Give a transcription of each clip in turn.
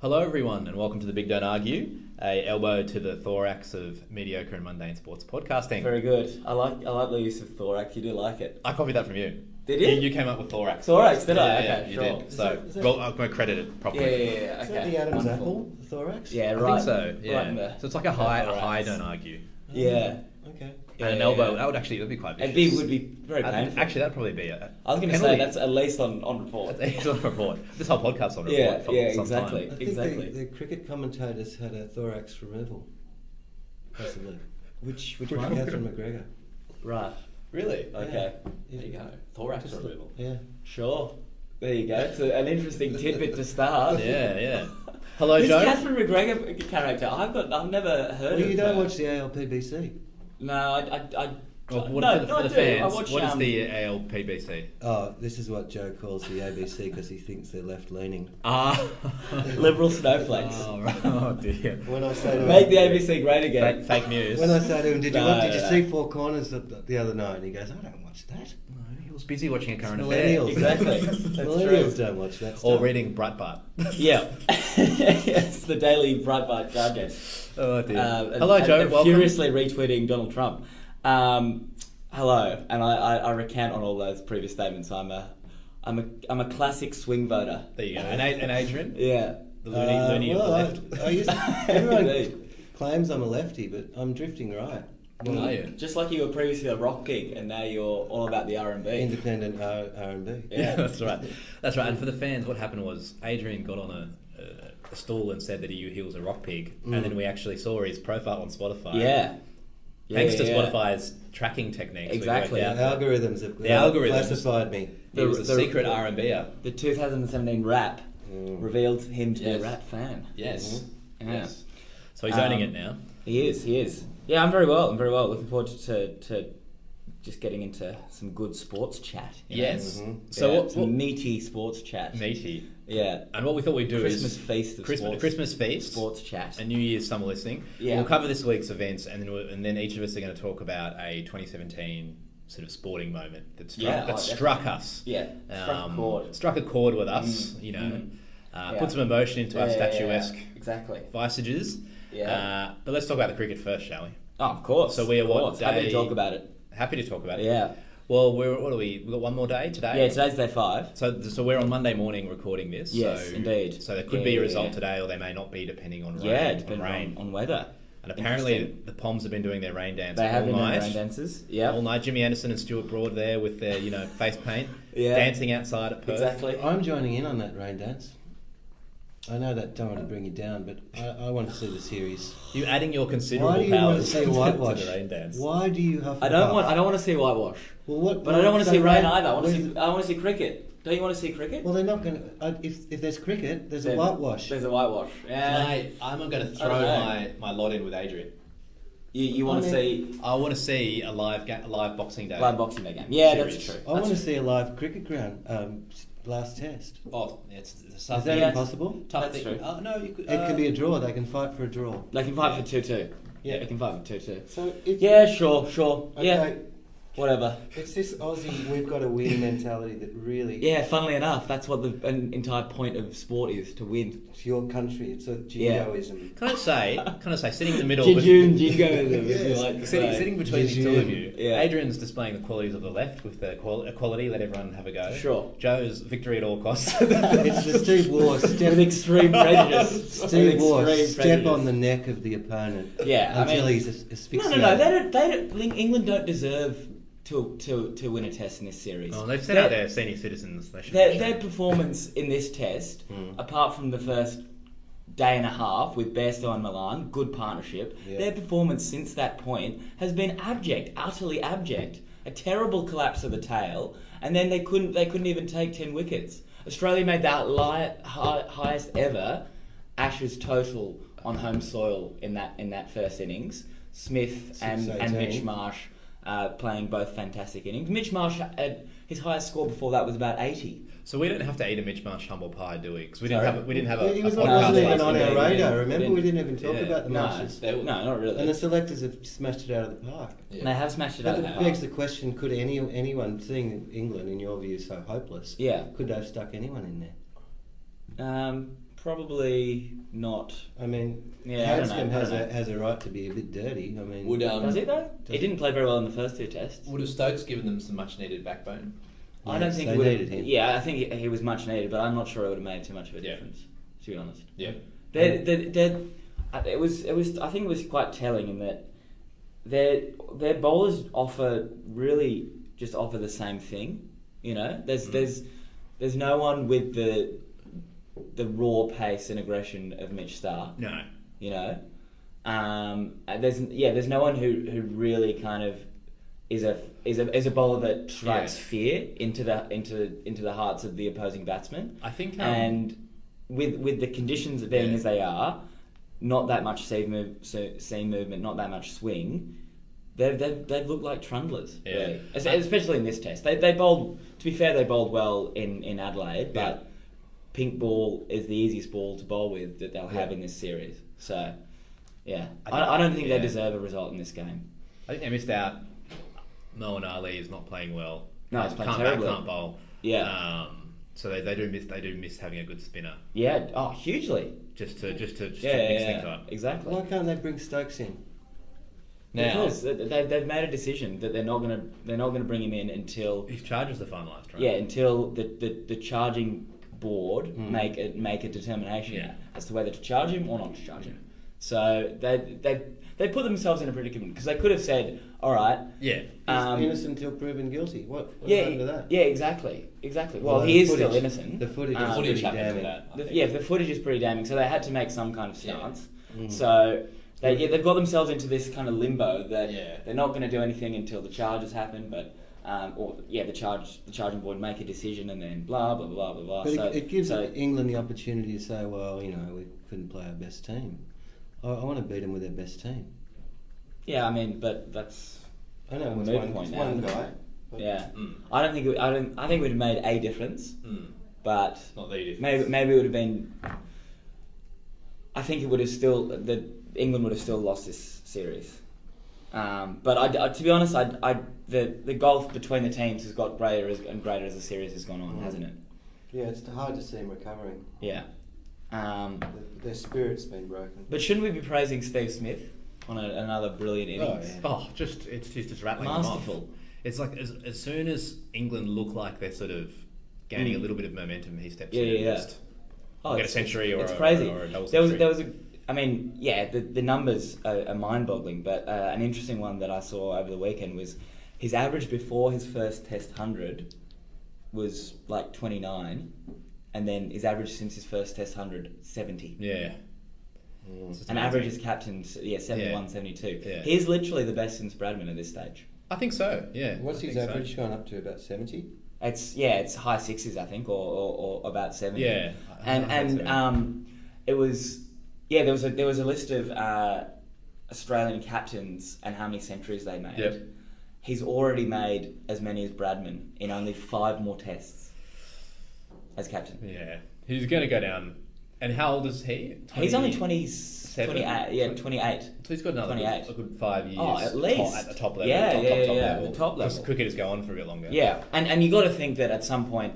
Hello, everyone, and welcome to the Big Don't Argue, a elbow to the thorax of mediocre and mundane sports podcasting. Very good. I like I like the use of thorax. You do like it. I copied that from you. Did you? You, you came up with thorax. Thorax, did yeah, I? Yeah, Okay, you sure. did. Is So, that- is that- well, I'm going to credit it Yeah, yeah, properly. yeah. yeah. Is Okay. that the Adam's Wonderful. apple, the thorax? Yeah, I right. think so. Yeah. Right in there. so it's like a high, a Thorax. high don't argue, Oh, Yeah. Okay. Yeah, and an yeah, elbow. yeah. That would actually that'd be quite. And Vicious. B would be very And painful. Actually, that'd probably be a. I was going to say penalty. that's at least on on report. That's it's on report. This whole podcast's on report. Yeah, for yeah, some time. exactly. I think Exactly. The, the cricket commentators had a thorax removal, possibly, which which Which might one? Catherine McGregor. Right. Really? Okay. Yeah. There you go. Thorax Just- removal. Yeah. Sure. There you go. It's a, an interesting tidbit to start. Yeah, yeah. Hello, this Joe. Catherine McGregor character. I've got. I've never heard. Well, of you don't her. watch the ALPBC. No, I. I, I Well, what, no, for the, no, for I the do. I fans, watch, what is um, the ALPBC? Oh, this is what Joe calls the ABC because he thinks they're left leaning. Ah, Liberal snowflakes. Oh, right. oh dear. When I say to Make the him, ABC great again. Fake, fake news. when I say to him, did you No, watch, did no, you no. see Four Corners the, the other night? And he goes, I don't watch that. No, he was busy watching a It's current affair. millennials. Exactly. That's millennials true. don't watch that. Stuff. Or reading Breitbart. Yeah, it's the Daily Breitbart Guardian. Oh dear. Uh, Hello, and, Joe. and Welcome. Furiously retweeting Donald Trump. Um, hello, and I, I, I recant on all those previous statements. I'm a, I'm a, I'm a classic swing voter. There you go. And, A- and Adrian. Yeah. The loony, Uh, loony well, of the left. I, I used, Indeed. everyone claims I'm a lefty, but I'm drifting right. Well, are you? Just like you were previously a rock gig, and now you're all about the R and B. Independent R- R&B. Yeah. that's right. That's right. And for the fans, what happened was Adrian got on a, a, a stool and said that he, he was a rock pig, and then we actually saw his profile on Spotify. Mm. Yeah. Yeah, Thanks to yeah, yeah. Spotify's tracking techniques, Exactly. We The worked out algorithms have uh, The algorithms. classified me. he was a The- the- secret R and B. The 2017 rap Mm. revealed him to be a Yes. rap fan. Yes. Yeah. Mm-hmm. Yes. So he's owning Um, it now. He is, he is. Yeah, I'm very well. I'm very well. Looking forward to, to just getting into some good sports chat. you know? Yes. Mhm. So Mm-hmm. Yeah, what, some what meaty sports chat? meaty? Yeah. And what we thought we'd do Christmas is feast of Christmas, sports. Christmas feast, sports chat. and New Year's summer listening. Yeah. We'll cover this week's events, and then we'll, and then each of us are going to talk about a 2017 sort of sporting moment that struck, Yeah, that oh, struck us. yeah. Struck a Um, chord. Struck a chord with us. You know, mm. uh, Yeah. put some emotion into our Yeah, yeah, yeah, statuesque yeah. Exactly. visages. Yeah. Uh, but let's talk about the cricket first, shall we? Oh, of course. So we are of what course. Happy day- to talk about it. Happy to talk about it. Yeah. Well, we're what are we? We've got one more day today. Yeah, today's day five. So, so we're on Monday morning recording this. Yes, so, indeed. So there could Yeah, be a yeah, result yeah. today, or they may not be, depending on rain. yeah, on depending rain. on, on weather. and apparently, Interesting. the Poms have been doing their rain dance They all have been doing night. rain dances. Yeah. All night, Jimmy Anderson and Stuart Broad there with their you know face paint, Yeah. dancing outside at Perth. Exactly. I'm joining in on that rain dance. I know that don't want to bring you down, but I, I want to see the series. You adding your Why do considerable you want to powers see whitewash? to the rain dance. Why do you have? I don't want. I don't want to see whitewash. Well, what, But I don't want to see so rain either. I want to where's- see. I want to see cricket. Don't you want to see cricket? Well, they're not going to. If if there's cricket, there's a Then whitewash. There's a whitewash. Yeah. Mate, I'm not going to I don't know. my lot in with Adrian. You, you want to I mean- see I want to see a live ga- a live boxing day. live boxing day game? Yeah, that's Serious. true. I want to see a live cricket ground. Um, s- last test. Oh, it's, it's a Is tough that thing. Yeah. impossible? Tough That's thing. true. Uh, no, you could, It uh, can be a draw. They can fight for a draw. They can fight for two two. Yeah. they can fight for two two. So if Yeah, sure, sure. Yeah, Okay, whatever. it's this Aussie we've got to win mentality that really Yeah, funnily enough, that's what the an entire point of sport is to win. it's your country. It's a Yeah. jingoism. Can I say, can I say, sitting in the middle, with- Jejun jingoism, if you Yes. like to sitting, say. sitting between the two of you, Yeah. Adrian's displaying the qualities of the left with the qual- equality, let everyone have a go. Sure. Joe's victory at all costs. it's the Steve Waugh step. With extreme prejudice. Steve With Waugh extreme step on the prejudice. neck of the opponent. Yeah, I until mean- he's as- No, no, asphyxiated. no. They don't. They don't. Ling- England don't deserve to to to win a test in this series. oh, they've set They're- out their senior citizens. They should Their, be their ashamed. performance in this test, apart from the first day and a half with Bairstow and Milan, good partnership, Yeah. their performance since that point has been abject, utterly abject. A terrible collapse of the tail, and then they couldn't they couldn't even take ten wickets. Australia made that li- hi- highest ever Ashes total on home soil in that in that first innings. Smith and, and 618. Mitch Marsh uh, playing both fantastic innings. Mitch Marsh had his highest score before that was about eighty. So we don't have to eat a Mitch Marsh humble pie, do we? 'Cause we didn't Sorry? have a, we didn't have a, He a was on- podcast wasn't even last on week. our Yeah, yeah, radar. yeah. Remember, we didn't even talk Yeah. about the No, matches. they- no, not really. And the selectors have smashed it out of the park. And they have smashed it out But of it the begs park. the question: Could any anyone, seeing England in your view so hopeless, Yeah. could they have stuck anyone in there? Um, Probably not. I mean, Yeah, I don't Hanscom know, I has don't a know. uh, has a right to be a bit dirty. I mean, Would um, Does it though? Does It didn't play very well in the first two tests. would have Stokes given them some much needed backbone? I don't Yes, think they it would've- needed him. Yeah, I think he, he was much needed, but I'm not sure it would have made too much of a Yeah. difference. To be honest, Yeah. they they they uh, it was it was I think it was quite telling in that their their bowlers offer really just offer the same thing. You know, there's Mm. there's there's no one with the the raw pace and aggression of Mitch Starr No. you know. Um, and there's yeah, there's no one who, who really kind of is a is a is a bowler that strikes Yeah. fear into the into into the hearts of the opposing batsman. I think um, And with with the conditions being Yeah. as they are, not that much seam move, so- seam movement, not that much swing. They've, they've, they've looked like trundlers, Yeah. really. Es- especially in this test. They, they bowled, to be fair, they bowled well in, in Adelaide, but Yeah. pink ball is the easiest ball to bowl with that they'll have Yeah. in this series. So, yeah, I I, think- I, don't think yeah. they deserve a result in this game. I think they missed out. Moen Ali is not playing well. No, he's playing can't terribly. Back, can't bowl. Yeah, Um, so they, they do miss they do miss having a good spinner yeah. Oh, hugely. just to just to, just Yeah, to yeah, mix yeah. things up. exactly. why can't they bring Stokes in? Now, because they, they- they've made a decision that they're not gonna they're not gonna bring him in until His charge was the fun last round. yeah until the the, the charging board Mm. make a make a determination Yeah. as to whether to charge him or not to charge him. So they they they put themselves in a predicament because they could have said, all right. yeah. He's Um, innocent until proven guilty. What? what yeah, happened to that? yeah, exactly, exactly. Well, Well, the he is still footage- innocent. the footage Um, is footage pretty happened to damning. that. I the- think. yeah, the footage is pretty damning. So they had to make some kind of stance. Mm. So they yeah, they've got themselves into this kind of limbo that Yeah. they're not going to do anything until the charges happen, but. Um, or yeah, the charge, the charging board make a decision, and then blah blah blah blah blah. But so it, it gives so, England the opportunity to say, well, you know, we couldn't play our best team. I, I want to beat them with their best team. yeah, I mean, but that's I know it's Moot one, point it's now. one guy. but- yeah. Mm. I don't think it, I don't I think it would have made a difference, Mm. but It's not the difference. Maybe maybe it would have been. I think it would have still the England would have still lost this series, um, but I, I- to be honest, I, I the the gulf between the teams has got greater as, and greater as the series has gone on, Mm. hasn't it? Yeah, it's hard to see them recovering. Yeah. Um, Their, their spirit's been broken. but shouldn't we be praising Steve Smith on a, another brilliant innings? yeah. Oh, just it's, it's just rattling them Masterful. off. It's like as, as soon as England look like they're sort of gaining a Mm. little bit of momentum, he steps Yeah, in. and yeah, yeah. Just, Oh, Get a it's- century or it's a- crazy. or a double there was century. there was a. I mean, yeah, the, the numbers are, are mind-boggling. But uh, an interesting one that I saw over the weekend was his average before his first Test hundred was like twenty nine, and then his average since his first Test 100, 70. yeah. Mm. It's just amazing. And average is captain, yeah, 71, Yeah. 72. Yeah. He's literally the best since Bradman at this stage. I think so. Yeah. What's I his think so. average gone up to? About 70? It's yeah, it's high sixes, I think, or, or, or about seventy. Yeah, I- I and think and so. um, it was yeah, there was a there was a list of uh, Australian captains and how many centuries they made. Yep. He's already made as many as Bradman in only five more tests as captain. Yeah. He's going to go down. And how old is he? He's only 20 20, 28, yeah, Twenty- 28. So he's got another good, 28. a good five years. Oh, at top- least. at the top level. Yeah, top, yeah, top, yeah, top yeah, level. the top Because level. cricketers go on for a bit longer. Yeah, and and you got to think that at some point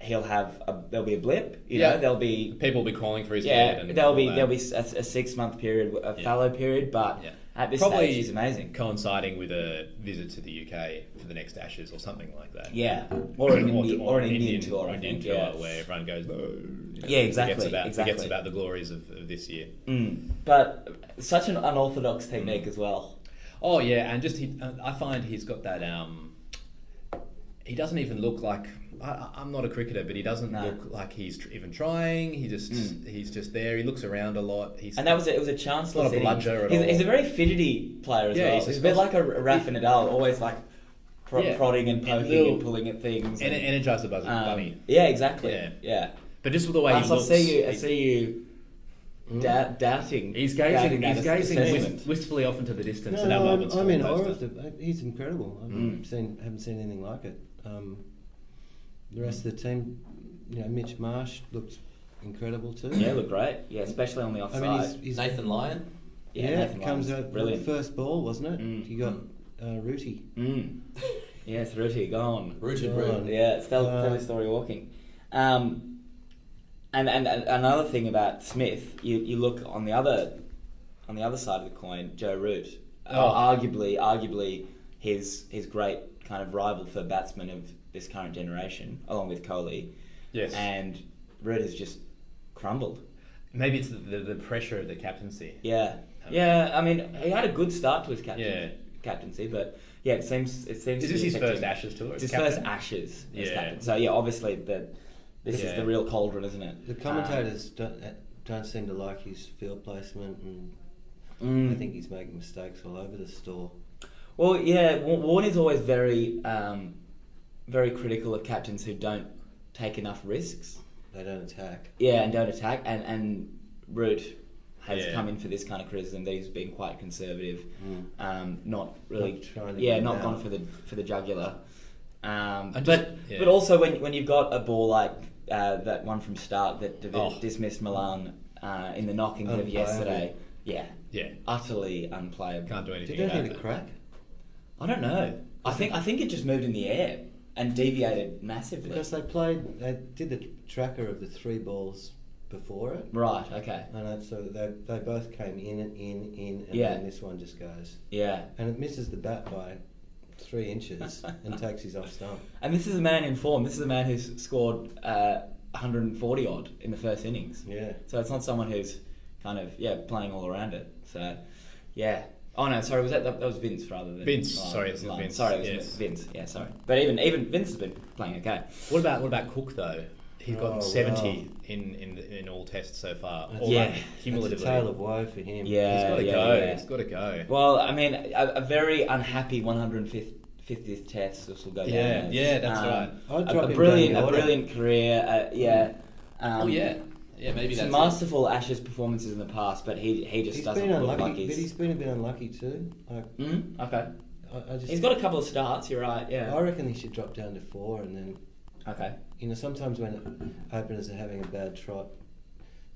he'll have a, there'll be a blip. You Yeah. know, there'll be People will be calling for his head. Yeah, and there'll all be that. there'll be a, a six month period, a Yeah. fallow period, but Yeah. at this Probably- stage, he's amazing. coinciding with a visit to the UK for the next Ashes or something like that. Yeah, or an, Indi- or, an Indian, tour, or I an think. Indian yeah. tour where everyone goes, "No," you know, Yeah, exactly, Forgets about, exactly. forgets about the glories of, of this year. Mm. But such an unorthodox technique as well. Oh yeah, and just he, I find he's got that. Um, he doesn't even look like I- I, I'm not a cricketer, but he doesn't No. look like he's tr- even trying. He just Mm. he's just there. He looks around a lot. He's And that was a, it was a chance. Not a bludger at he's, all. he's a very fidgety player as Yeah, well. he's He's, a a bit Scots- like a, a Rafa Nadal, always like pro- Yeah. prodding and And poking and, little- pulling at things. en- and, energized the buzzer um, bunny. Yeah, exactly. Yeah. Yeah. But just with the way Lance, he looks, I see you. I he- see you. Da- doubting. he's gazing, doubting that he's gazing assessment. wist- wistfully off into the distance. No, at our no, Melbourne I'm, I'm in Storm awe poster. of the. He's incredible. I've Mm. seen, haven't seen anything like it. Um, the rest of the team, you know, Mitch Marsh looked incredible too. Yeah, look great. Yeah, especially on the I offside. mean, he's, he's Nathan Lyon. yeah, Nathan comes Lyon's out brilliant. first ball, wasn't it? Mm. You got uh, Rooty. Mm. yes, Ruti, gone. Rooted Gone. Root. Yeah, it's tell, Uh, tell his story walking. Um, and, and, and another thing about Smith, you, you look on the other on the other side of the coin, Joe Root. Uh, Oh. Arguably, arguably his his great kind of rival for batsmen of this current generation, along with Kohli. Yes. And Root has just crumbled. Maybe it's the, the, the pressure of the captaincy. Yeah. Um, Yeah, I mean, he had a good start to his captain, Yeah. captaincy, but yeah, it seems it seems Is to this be his affecting- first Ashes tour? It's as his captain? first Ashes. as Yeah. captain. So yeah, obviously the this is Yeah. the real cauldron, isn't it? The commentators don't, uh, don't seem to like his field placement, and Um, I mm. think he's making mistakes all over the store. Well, yeah, Wa- Warren is always very, um, very critical of captains who don't take enough risks. They don't attack. Yeah, and don't attack. And and Root has Yeah. come in for this kind of criticism that he's been quite conservative, Mm. um, not really, Not trying to yeah, get not out. gone for the for the jugular. Um, I just- but yeah. but also when when you've got a ball like uh, that one from Stark that div- Oh. dismissed Milan uh, in the knocking of Unplayable. yesterday, yeah, Yeah. utterly unplayable. Can't do Did anything they about get a that. crack? I don't know. I think I think it just moved in the air and deviated massively. Because they played, they did the tracker of the three balls before it. Right. Okay. And it- so they, they both came in and in, in, and Yeah. then this one just goes. Yeah. And it misses the bat by three inches and takes his off stump. And this is a man in form. This is a man who's scored uh, 140 odd in the first innings. Yeah. So it's not someone who's kind of yeah playing all around it. So yeah. Oh no, sorry. Was that that was Vince rather than Vince, oh, sorry, it's Lyon. Vince, Sorry, it was yes. Vince. Yeah, sorry. But even even Vince has been playing okay. What about what about Cook though? He's gotten Oh, seventy in, in in all tests so far. All Yeah. up That's cumulatively. It's a tale of woe for him. Yeah. It's got to yeah, go. yeah. It's got to go. Well, I mean, a, a very unhappy 150th test. This will go down. Yeah, as, um, yeah, that's right. I'd a- drop a, him brilliant, down the a order. brilliant career. Uh, yeah. Um, oh yeah, yeah. Maybe Some that's masterful Ashes performances in the past, but he he just He's doesn't been look unlucky, like but he's. he's been a bit unlucky too. Like, Mm, okay. I, I just, He's got a couple of starts. You're right. I Yeah. reckon he should drop down to four, and then Okay. you know sometimes when openers are having a bad trot,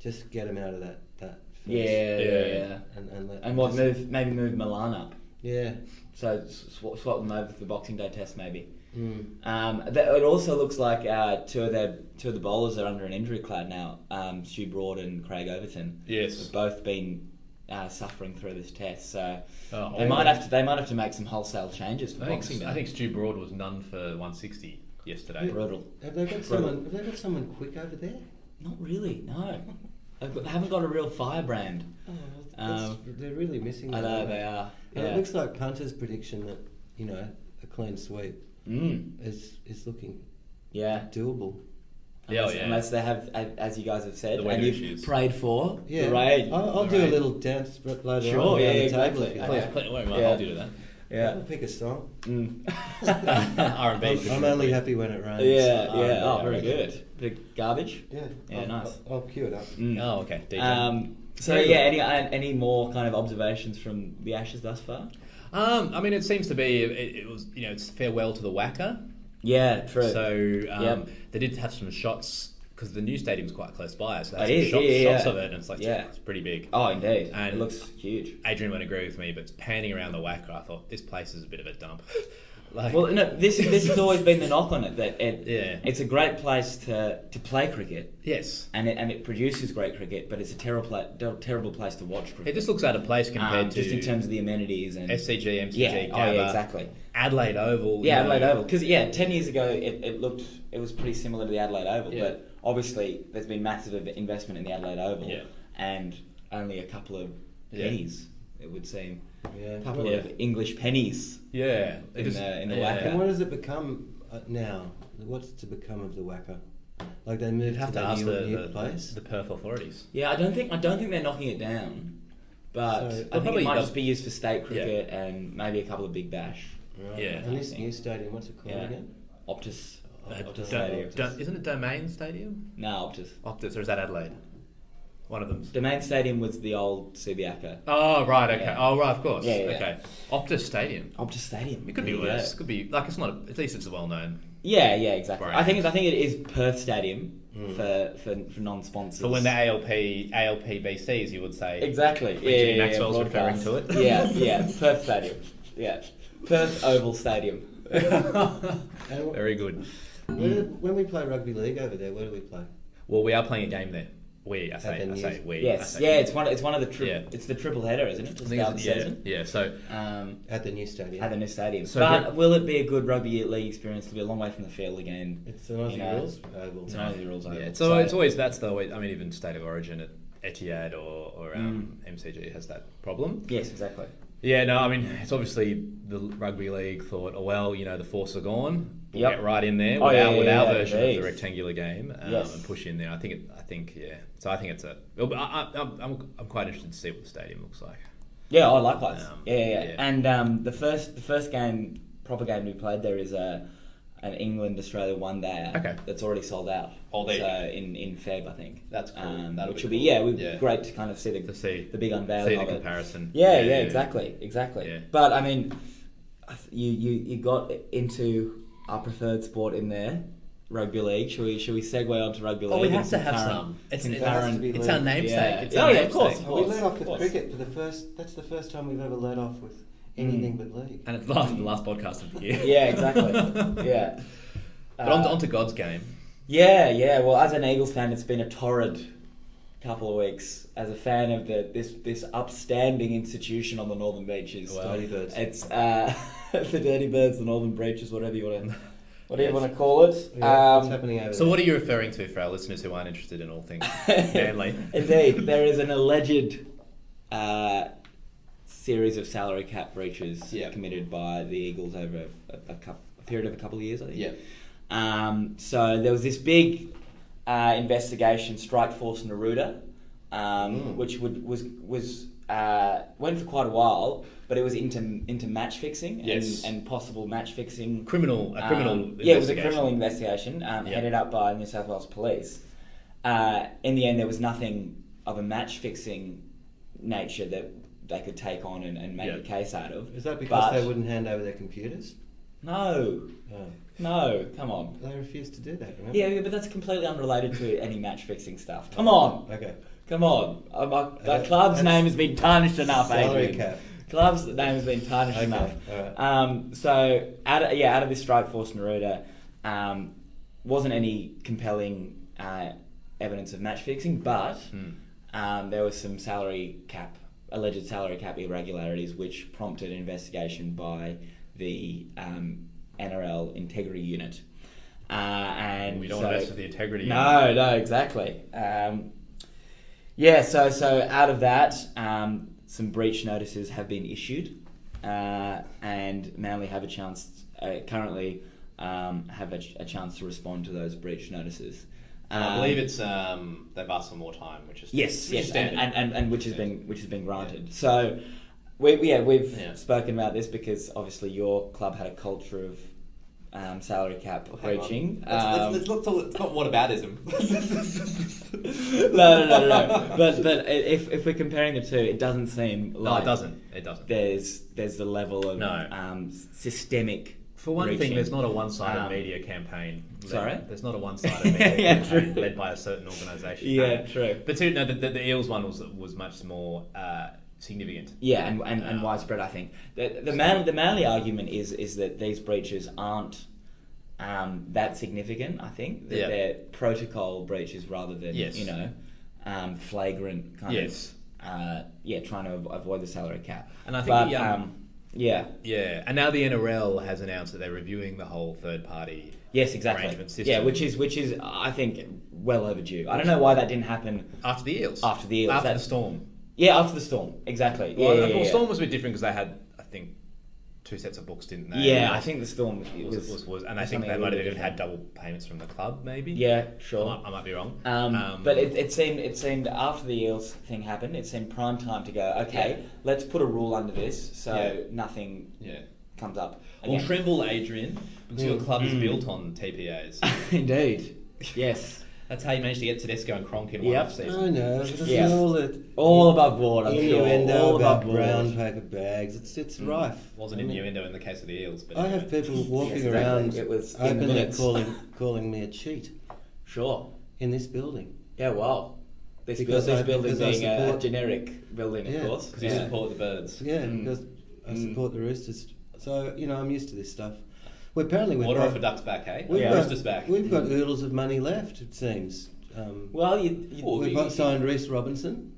just get him out of that that. First Yeah. Yeah. Yeah. yeah. And and, let, And what just- move? Maybe move Milan up. Yeah. So sw- swap them over for the Boxing Day test, maybe. Mm. Um, th- it also looks like uh, two of their two of the bowlers are under an injury cloud now. Um, Stu Broad and Craig Overton Yes. have both been uh, suffering through this test, so Oh, they might have to they might have to make some wholesale changes for I Boxing think, Day. I think Stu Broad was none for 160 yesterday. brutal. Have they got someone? Have they got someone quick over there? Not really, no. I've got, I haven't got a real firebrand. Oh, that's- they're really missing. Um, I that, know aren't they are. And Yeah. it looks like Punter's prediction that you know a clean sweep mm. is is looking Yeah. doable. Yeah, oh, Unless, yeah. unless they have, a- as you guys have said, The way and to you've issues. prayed for Yeah, Oh. the rain. I'll, I'll The do rain. a little dance r- later Sure, on around yeah, the table exactly. if you Yeah. Please, like. please, don't worry, mate, Yeah. I'll do that. yeah. We'll pick a song. Mm. R&B. I'm, I'm only happy when it rains. Yeah, Oh, yeah. Oh, yeah, very right. good. Bit of garbage. Yeah. Yeah, I'll- nice. I'll, I'll cue it up. Mm. Oh, okay. DJ. Um, so Very yeah, good. any an- any more kind of observations from the Ashes thus far? Um, I mean, it seems to be it, it was you know it's farewell to the Wacker. Yeah, true. So um, Yep. they did have some shots because the new stadium's quite close by, so they had It some is, shots, yeah, yeah, shots yeah. of it, and it's like Yeah. it's pretty big. oh, indeed, And- it looks huge. Adrian won't agree with me, but panning around the Wacker, I thought this place is a bit of a dump. like, Well, no, this this has always been the knock on it that it, Yeah. it's a great place to, to play cricket yes, and it, and it produces great cricket, but it's a terrible pla- terrible place to watch cricket. it just looks out of place compared um, to just in terms of the amenities and SCG, MCG, yeah, oh, Gabba, yeah, exactly. Adelaide Oval. Yeah, you know. Adelaide Oval. Because yeah, ten years ago it, it looked it was pretty similar to the Adelaide Oval, Yeah. but obviously there's been massive inv- investment in the Adelaide Oval, Yeah. and only a couple of Yeah. pennies it would seem, Yeah. a couple Yeah. of English pennies. Yeah, it In the- in the yeah. Wacker. And what has it become uh, now? What's to become of the Wacker? Like they You'd moved have to to that ask new, the, new the, place. the Perth authorities. Yeah, I don't think I don't think they're knocking it down, but I So- Well, think it probably might the- just be used for state cricket and maybe a couple of big bash. Right. Yeah. And this Yeah. new stadium, what's it called Yeah. again? Optus, Oh, Uh, Optus Do- Stadium. Do- isn't it Domain Stadium? no Optus. Optus, or is that Adelaide? One of them's. Domain Stadium was the old Subiaco. Oh right, okay. Yeah. Oh right, of course. Yeah, yeah. Okay, Optus Stadium. Optus Stadium. It could be There you go. worse. Could be like it's not. A, at least it's a well-known. Yeah, yeah, exactly. Right. I think I think it is Perth Stadium for, for for non-sponsors. But when the ALP ALPBCs, you would say exactly, yeah, When Jimmy yeah, yeah, Maxwell's referring to broadcast. it. yeah, yeah, Perth Stadium, yeah, Perth Oval Stadium. Very good. Where do- when we play rugby league over there, where do we play? Well, we are playing a game there. We, I At say, the I say news- we. I Yes, say yeah, it's one. It's one of the tri- Yeah. It's the triple header, isn't it? I To think start the it's- yeah, season. yeah. So Um, at the new stadium. at the new stadium. So but here- will it be a good rugby league experience to be a long way from the field again? it's the Aussie You know, rules oval. It's an Aussie rules. yeah, Um, oval. it's, always, it's always that's the way. I mean, even state of origin at Etihad or, or um, Mm. MCG has that problem. Yes, exactly. Yeah, no, I mean, it's obviously the rugby league thought, oh well, you know, the force are gone. We'll Yep. get right in there Oh, with, yeah, our, yeah, with our yeah, version of geez. the rectangular game um, Yes. and push in there. I think it, I think yeah. So I think it's a. it'll be- I, I, I'm, I'm I'm quite interested to see what the stadium looks like. Yeah, oh, likewise. Um, yeah, yeah, yeah. yeah. And um, the first, the first game, proper game we played there is a an England Australia one there. Okay. That's already sold out. Oh, there you So go. in in Feb, I think. That's cool. Um, That'll which be will be cool. yeah, would Yeah. great to kind of see the To see the big unveiling see the of it. comparison. Yeah, yeah, exactly, exactly. Yeah. But I mean, I th- you, you you got into our preferred sport in there, rugby league. Should we should we segue onto rugby league? Oh, we and have to have concurrent- some. It's, It it's, has to be it's our learned. namesake. Yeah. It's Yeah, our yeah, of course, namesake. of Oh, we course. let off with course. cricket for the first. That's the first time we've ever let off with anything but league. And it's last the last podcast of the year. Yeah, exactly. yeah. But on, Uh, to, on to God's game. Yeah, yeah. Well, as an Eagles fan, it's been a torrid couple of weeks. As a fan of the this this upstanding institution on the Northern Beaches, Well, Dirty Birds. It's uh, the Dirty Birds, the Northern Beaches, whatever you want to whatever you Yes. want to call it. Yeah, what's Um, happening over So there? what are you referring to for our listeners who aren't interested in all things manly? Indeed, there is an alleged uh, series of salary cap breaches Yeah. committed by the Eagles over a, a, coup a period of a couple of years, I think. Yeah. Um, so there was this big uh, investigation, Strike Force Neruda, um, Mm. which would, was was uh, went for quite a while, but it was into into match fixing and, Yes. and possible match fixing Criminal, a criminal. um, yeah, it was a investigation. criminal investigation um, Yeah. headed up by New South Wales Police. Uh, in the end, there was nothing of a match fixing nature that they could take on and, and make Yeah. a case out of. Is that because But- they wouldn't hand over their computers? No, No. no, come on. They refused to do that, remember? Yeah, yeah, but that's completely unrelated to any match fixing stuff. Come on, Okay. come on. Uh, my- the Uh, club's that's- name has been tarnished enough, Salary Adrian. cap. Club's name has been tarnished Okay, enough. alright. Um, so out of, yeah, out of this strike force, Neruda um, wasn't any compelling uh, evidence of match fixing, but Hmm. um, there was some salary cap alleged salary cap irregularities, which prompted an investigation by the um, NRL Integrity Unit. Uh, and We don't so- want to mess with the integrity. no, no, exactly. Um, yeah, so so out of that, um, some breach notices have been issued, uh, and Manly have a chance uh, currently um, have a, a chance to respond to those breach notices. I Um, believe it's um, they've asked for more time, which is Yes, which yes, is and, standard. and, and, and which has been which has been granted. So, we we- yeah we've Yeah. spoken about this because obviously your club had a culture of um, salary cap Hang on. breaching. Let's- let's- Um, let's not talk- it's not whataboutism. no, no, no, no, no. But but i- if if we're comparing the two, it doesn't seem No, like it doesn't. It doesn't. There's there's the level of No. um, systemic. For one reaching. thing, there's not a one-sided Um, media campaign. led- sorry? there's not a one-sided media Yeah, campaign true. led by a certain organisation. Yeah, Um, true. But two, no, the, the, the Eels one was was much more uh, significant. Yeah, and and, and Um, widespread. I think the the man the Manly argument is is that these breaches aren't um, that significant. I think that Yeah. they're protocol breaches rather than Yes. you know um, flagrant kind Yes. of uh, yeah trying to av- avoid the salary cap. And I think But, the, um, yeah Yeah, and now the NRL has announced that they're reviewing the whole third-party. yes exactly arrangement system. yeah which is which is I think well overdue. I don't know why that didn't happen. After the Eels. After the Eels, After that- the Storm. Yeah, after the storm exactly. Well, yeah, well, yeah, yeah. Storm was a bit different because they had, I think, two sets of books, didn't they? Yeah, I think the storm was, was, was, and I was think something they a might little have bit even had double payments from the club, maybe. Yeah, I sure. might, I might be wrong. Um, but it, it seemed it seemed after the Eels thing happened, it seemed prime time to go. Okay, Yeah. let's put a rule under this so Yeah. nothing yeah. comes up. well, again. Trimble, Adrian, because your club is Mm. built on TPAs. Indeed. Yes. That's how you managed to get Tedesco and Cronk in one Yep. off I season. know. This is Yes. all it. All above board. I'm sure. Innuendo All above about board. Mm. brown paper bags. It's it's rife. Wasn't I mean, innuendo in the case of the Eels, but I have anyway. people walking Yes, exactly. around It was in the openly minutes. calling calling me a cheat Sure. in this building. Yeah. Wow. This, Because build, this I- building because I being a support- generic building, of Yeah. course. 'Cause you Yeah. support the birds. Yeah, Mm. because I Mm. support the Roosters. So you know I'm used to this stuff. Well, apparently we've Water got, eh? off a duck's back, hey? we've Yeah. Mm. got, Roosters back. We've got oodles of money left. It seems Um, Well, you, you Well, we've you- got signed Reese Robinson.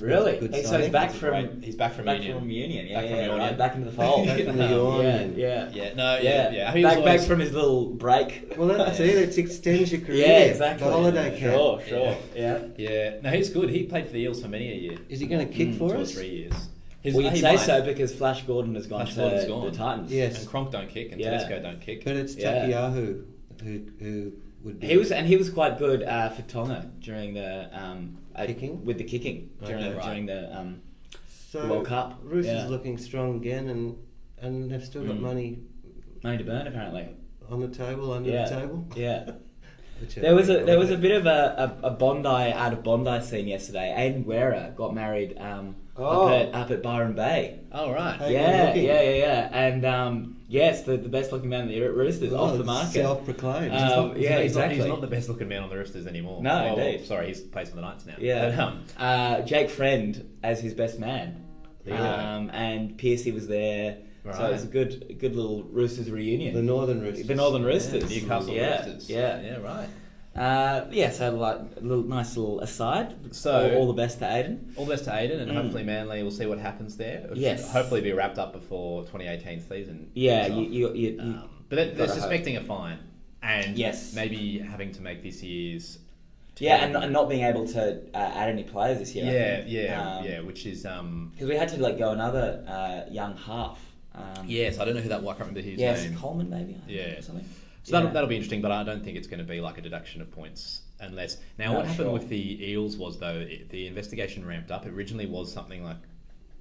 really? good Hey, so he's signing. back He's from right. He's back from back Union. from Union. Yeah, Back from yeah, Union. right, back into the fold. Back from yeah, the Union. yeah, yeah, Yeah, Oh, no, yeah, yeah. He was Back, back always- from his little break. Well, that's it. It extends your career. yeah, exactly. The holiday yeah, camp. Sure, sure. Yeah. Yeah, no, he's good. He played for the Eels for many a year, Is he going to kick Mm, for two or us? three years. His, well, you'd he say might. so because Flash Gordon has gone Flash to Gordon's gone. the Titans. Yes. And Kronk don't kick, and Yeah. Tedesco don't kick. But it's Yeah. Takiyahu who who would be. He was and he was quite good uh, for Tonga during the um, uh, Kicking? with the kicking during, Okay, the, right. during the um, So World Cup. Roos Yeah. is looking strong again, and and they've still got Mm. money money to burn apparently. on the table under yeah. the table. Yeah. Which There was a there was a I- bit of a, a, a Bondi out of Bondi scene yesterday. Aiden Guerra got married um, Oh. up, at, up at Byron Bay. Oh right. Hey, good yeah, looking. yeah, yeah, yeah. And um, yes, the, the best looking man in the Roosters well, off the market. Self-proclaimed. Um, He's yeah, not- he's exactly. Not, he's not the best looking man on the Roosters anymore. No, Oh, well, indeed. sorry, he's plays for the Knights now. Yeah. But, um, uh, Jake Friend as his best man. There you go. Um, and Piercy was there. So it was a Right. good a good little Roosters reunion. the Northern Roosters. The Northern Roosters. yeah, Newcastle yeah, Roosters. Yeah. yeah, right. Uh, yeah, so like a little nice little aside. So- all, all the best to Aiden. All the best to Aiden, and Mm. hopefully Manly will see what happens there. It should Yes. hopefully be wrapped up before 2018 season. Yeah, kicks you, off. you, you, you- Um, but they're, they're gotta hope. suspecting a fine, and Yes. maybe having to make this year's. yeah, and, and not being able to uh, add any players this year. I yeah, think. yeah, Um, yeah, which is um. Because we had to like go another uh, young half. Um, Yes, I don't know who that was. I can't remember his yes, name. Coleman maybe. I think, Yeah. Or something. So that'll, Yeah. that'll be interesting, but I don't think it's going to be like a deduction of points unless. Now, No, what happened sure. with the Eels was, though, it, the investigation ramped up. It originally was something like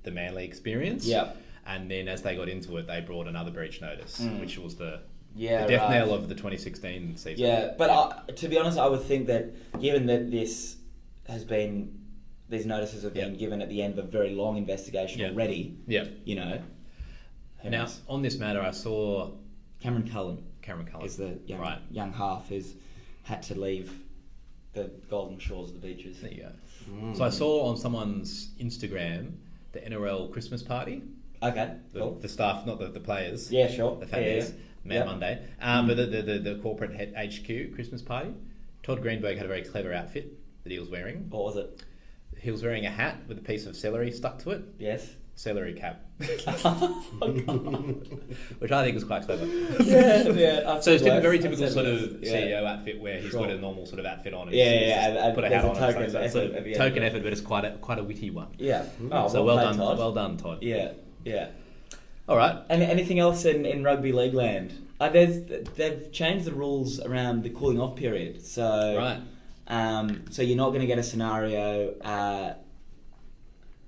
the Manly experience. Yep. And then as they got into it, they brought another breach notice, Mm. which was the, Yeah, the death right. knell of the 2016 season. Yeah, but I, to be honest, I would think that given that this has been, these notices have been Yeah. given at the end of a very long investigation Yeah. already. Yeah. You know. who Now, knows? on this matter, I saw Cameron Cullen Cameron Cullen. is the young, Right. young half who's had to leave the golden shores of the beaches. There you go. Hmm. So I saw on someone's Instagram the NRL Christmas party. Okay, The, cool. the staff, not the, the players. Yeah, sure. the fat Yeah, bears, yeah. Mm. Mad Yep. Monday. Um, But the, the, the, the corporate head HQ Christmas party, Todd Greenberg had a very clever outfit that he was wearing. What was it? He was wearing a hat with a piece of celery stuck to it, Yes. celery cap, yeah, which I think was quite clever. yeah. So it's a very I've typical said sort worse. of E Yeah. CEO outfit where he's got Sure. a normal sort of outfit on. and Yeah, he's- yeah, he's yeah, just and- and Put a there's hat a on. and token so it's sort effort at of the end. token effort, but it's quite a quite a witty one. Yeah. Oh, Mm-hmm. so well, played, done, Todd. well done, Todd. Yeah, yeah. All right. And anything else in, in rugby league land? Uh, there's, they've changed the rules around the cooling off period. So Right. um, so you're not going to get a scenario uh,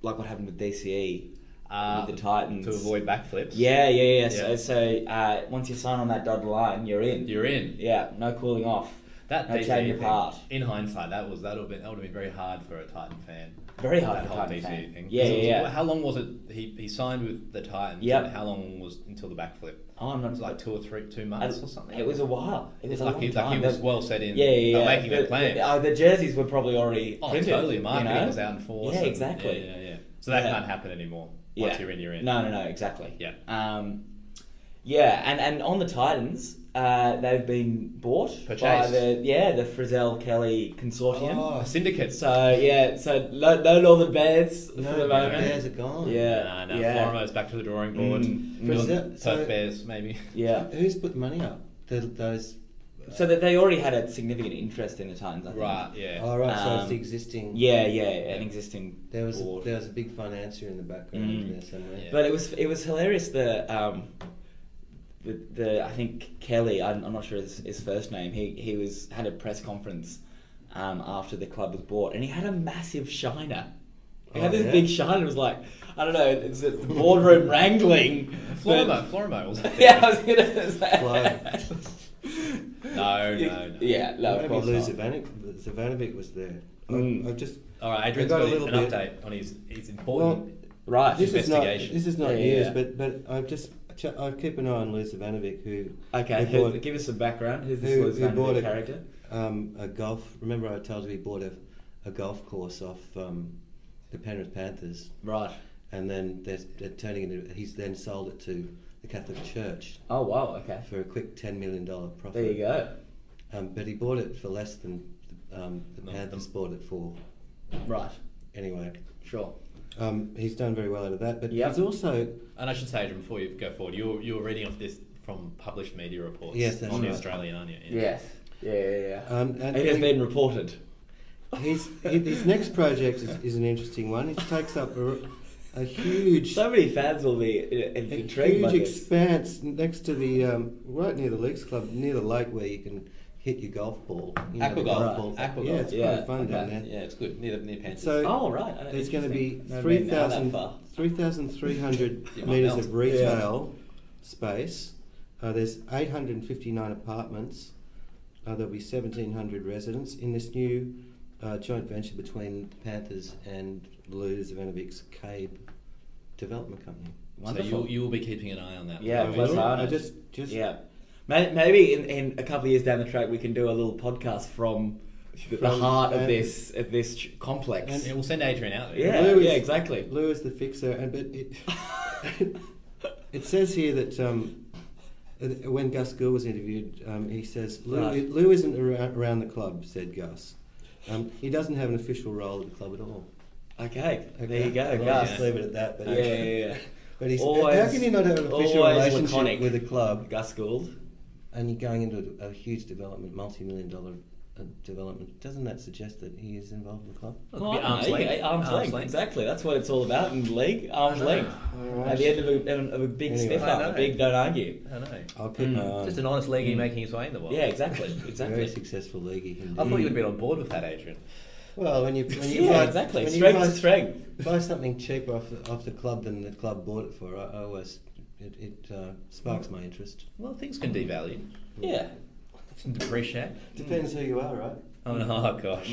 like what happened with E. DCE Uh, with the Titans to avoid backflips. Yeah, yeah, yeah. So, Yeah. so uh, once you sign on that dotted line, you're in. You're in. yeah, no cooling off. That No DCE change of thing, heart. In hindsight, that was that would have been that would have been very hard for a Titan fan. Very hard That for a whole Titan DCE fan. thing. Yeah, 'Cause it yeah, was- yeah. How long was it? He, he signed with the Titans. Yep. and How long was until the backflip? Oh, I'm It not was like two or three, two months or something. It was a while. It was It's a like long he, time. like he was That- well set in. yeah, yeah, uh, yeah. making the, the, plan. The, uh, the jerseys were probably already oh, printed. totally. you Marketing know? was out in force. Yeah, and- exactly. Yeah, yeah, yeah. So that Yeah. can't happen anymore. Yeah. Once you're in, you're in. No, no, no, exactly. Yeah. Um, yeah, and, and on the Titans, uh, they've been bought by Purchased. the yeah the Frizzell Kelly consortium. Oh, syndicates. So uh, yeah, so no, no Northern Bears No for the Northern moment. Bears are gone. Yeah, no, no. yeah, Florimo's back to the drawing board. Mm. North- Is that- Perth so- Bears, maybe. yeah. Who's put money up? The, those. So that they already had a significant interest in the Titans, I think. Right. Yeah. All right, so Um, it's the existing. Yeah, yeah, an existing There was board. there was a big financier in the background Mm. there somewhere. Yeah. But it was it was hilarious. The um, the, the I think Kelly. I'm, I'm not sure his, his first name. He he was had a press conference um, after the club was bought, and he had a massive shiner. He had Oh, this yeah? big shiner. It was like I don't know. It's the the boardroom wrangling. Florimo. Florimo was. up there. Yeah, I was gonna say. No, no, no. Yeah, no, of Maybe course Lou not. Zivanovic, Zivanovic was there. Mm. I, I just All right, Adrian's got, We got a an little bit- update on his. It's important. Right. this is not investigation. this is not Yeah, yeah, news, yeah. but but I just I keep an eye on Lou Zivanovic, who Okay. who Who, bought, give us some background. Who's who- this who bought Lizanne it? character? um, a golf. Remember, I told you he bought a, a golf course off um, the Penrith Panthers, Right. and then they're, they're turning it. into- He's then sold it to the Catholic Church Oh wow. Okay. for a quick ten million dollar profit. There you go. Um, but he bought it for less than um, the No, Panthers bought at four. Right. Anyway, Sure. um, he's done very well out of that, but Yep. he's also And I should say, Adrian, before you go forward, you're you're reading off this from published media reports Yes, that's on the right. Australian, aren't you? Yes. Yeah, yeah, yeah. um, and it has he- been reported. His, his next project is, is an interesting one. It takes up a, a huge, So many fans will be uh, a intrigued by huge this. expanse next to the um, right near the Leagues Club, near the lake where you can hit your golf ball. You know, Aqua the golf. Aqua yeah, golf. it's Yeah, quite fun down okay. there. Yeah, it's good. Near the near Panthers. So Oh, right. Uh, there's going to be interesting. No, I mean, now that 3,000 far. 3,300 You might metres melt. of retail space. Uh, there's 859 apartments. Uh, there'll be 1,700 residents in this new uh, joint venture between Panthers and Blues of Enovic's Cabe Development Company. So Wonderful. you you will be keeping an eye on that. Yeah, Like, well, it's- that's I honest. just, just Yeah. May- Maybe in, in a couple of years down the track, we can do a little podcast from the, the From- heart of and- this of this ch- complex. and it will send Adrian out there. yeah, Lou is- yeah, exactly. Blue is the fixer, and but it it says here that um, that when Gus Gould was interviewed, um, he says Lou, Right. Lou isn't around, around the club," said Gus. Um, he doesn't have an official role at the club at all. Okay, there Okay, you go, I'll Gus. just leave it at that. But Yeah, yeah, yeah. But he's, Always- how can you not have an official always relationship laconic. with a club Gus Gould. and you're going into a, a huge development, multi-million dollar uh, development? Doesn't that suggest that he is involved in the club? Well, it could be arm's yeah, length. Arm's, Arm's length. length. Exactly. That's what it's all about in league. Arm's length. Alright. At the end of a, of a big Ah, Anyway. stiff I up, a know. big don't argue. I don't know. Hmm. I'll keep my eye on Just an honest leaguey Mm. making his way in the world. Yeah, exactly. Exactly. Very successful league. I thought you would have been on board with that, Adrian. Well, when you when you yeah, buy, exactly. when you Strength buy, to strength. buy something cheaper off the, off the club than the club bought it for, I, I always it, it uh, sparks my interest. Well, things can devalue. Yeah. It's in depreciate. Depends who you are, right? Oh, no, oh gosh.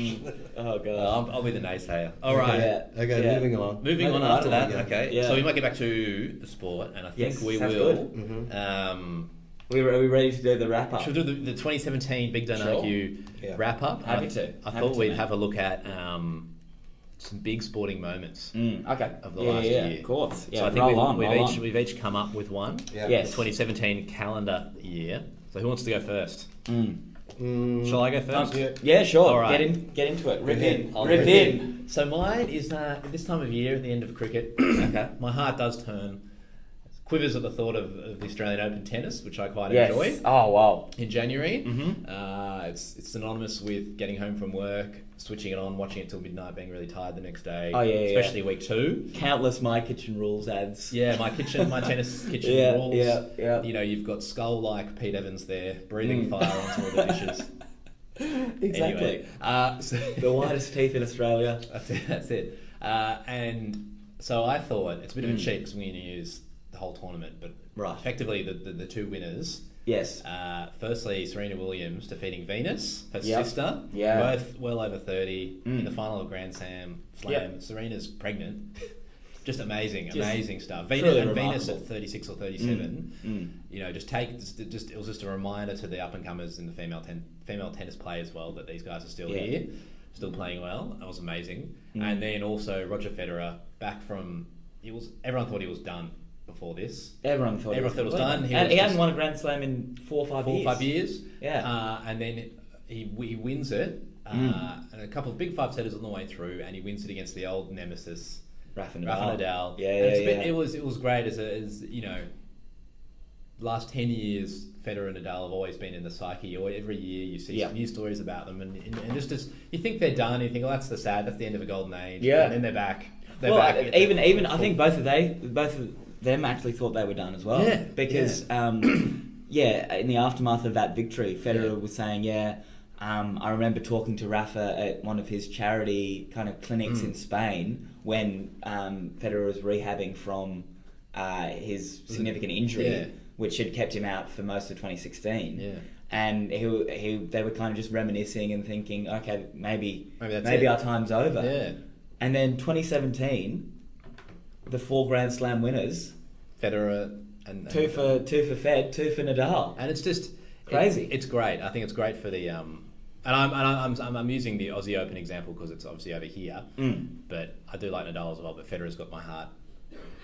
Oh god. Uh, I'll, I'll be the naysayer. All right. Yeah. Okay, Yeah. moving along. Moving on Moving after on, that, yeah. okay. Yeah. So we might get back to the sport, and I think Yes, we sounds will. good. Mhm. Um, We were, are we ready to do the wrap up? should we do the, the 2017 Big Don't Sure. Argue Yeah. wrap up? Happy I, to. I Happy thought to, we'd mate. have a look at um, some big sporting moments Mm, okay. of the yeah, last yeah, yeah, year. Of course. Yeah. so I think roll we've, on. we've roll each on. we've each come up with one. Yeah. The Yes. 2017 calendar year. So who wants to go first? Mm. Mm, Shall I go first? yeah. Yeah. Sure. All right. Get in. Get into it. Rip Get in. in. I'll Rip rip in. in. So mine is uh, at this time of year, at the end of cricket, Okay. my heart does turn quivers at the thought of, of the Australian Open tennis, which I quite Yes. enjoy. Oh wow. In January, Mhm. uh, it's it's synonymous with getting home from work, switching it on, watching it till midnight, being really tired the next day. Oh, yeah, yeah, especially week two. Countless my kitchen rules ads. Yeah, my kitchen, my tennis kitchen Yeah, rules. yeah, yeah. You know, you've got skull like Pete Evans there, breathing Mm. fire onto all the dishes. Exactly. Anyway, uh, so- The whitest teeth in Australia. That's it. That's it. Uh, and so I thought it's a bit of a Mm. cheat because we're going to use the whole tournament, but Right. effectively the, the, the two winners. Yes. Uh, firstly, Serena Williams defeating Venus, her Yep. sister. Yeah. Both well over 30 in Mm. the final of Grand Slam Slam. Serena's pregnant. Just amazing, Just amazing stuff. Venus truly and Venus remarkable. at 36 or Mm. 37. Mm. You know, just take just, just it was just a reminder to the up and comers in the female ten, female tennis play as well that these guys are still Yeah. here, still playing well. That was amazing. Mm. And then also Roger Federer back from it was everyone thought he was done before this. Everyone thought Everyone thought it was done. He and was he just- hadn't won a Grand Slam in four or five four years. or five years. Yeah. Uh, and then he, he wins it. Uh, Mm. And a couple of big five setters on the way through, and he wins it against the old nemesis, Rafa Nadal. Rafa Nadal. Yeah, And yeah, it's been- yeah. It was it was great as, a, as you know. Last ten years, Federer and Nadal have always been in the psyche. Or every year, you see Yeah. new stories about them, and, and, and just as you think they're done, you think, "Oh, that's the sad. That's the end of a golden age." Yeah. And then they're back. They're Well, back. uh, even even I think both of they both of them actually thought they were done as well. Yeah, Because um, yeah, in the aftermath of that victory, Federer Yeah. was saying, yeah. Um, I remember talking to Rafa at one of his charity kind of clinics Mm. in Spain when um, Federer was rehabbing from uh, his significant injury, Mm. Yeah. which had kept him out for most of 2016. Yeah. And he, he, they were kind of just reminiscing and thinking, okay, maybe Maybe that's maybe it. our time's over. yeah, And then 2017, the four Grand Slam winners, Federer and, and two for two for Fed, two for Nadal. and it's just Oh. Crazy. it- it's great. I think it's great for the um, and I'm and I'm, I'm, I'm using the Aussie Open example because it's obviously over here. Mm. But I do like Nadal as well. But Federer's got my heart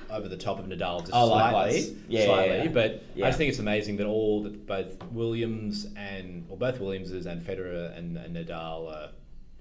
over the top of Nadal just Oh, likewise. slightly, Yeah, yeah, slightly. yeah. But Yeah. I just think it's amazing that all that both Williams and or both Williamses and Federer and, and Nadal are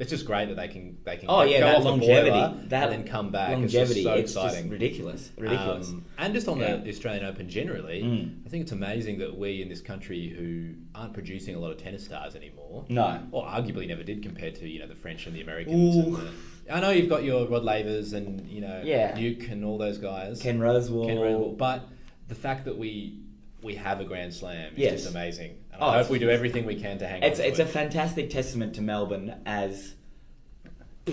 It's just great that they can they can Oh go yeah, go that off the longevity, boiler that and then come back. longevity, it's just so it's exciting. just ridiculous, ridiculous. Um, and just on Yeah. the Australian Open generally, Mm. I think it's amazing that we in this country who aren't producing a lot of tennis stars anymore, no, or arguably never did compared to you know the French and the Americans. And Ooh. the, I know you've got your Rod Lavers and you know Yeah. Duke and all those guys, Ken Rosewall, Ken Randall, but the fact that we we have a Grand Slam is Yes. just amazing. And Oh, I it's- hope we do everything we can to hang. It's on to it's it. a fantastic testament to Melbourne as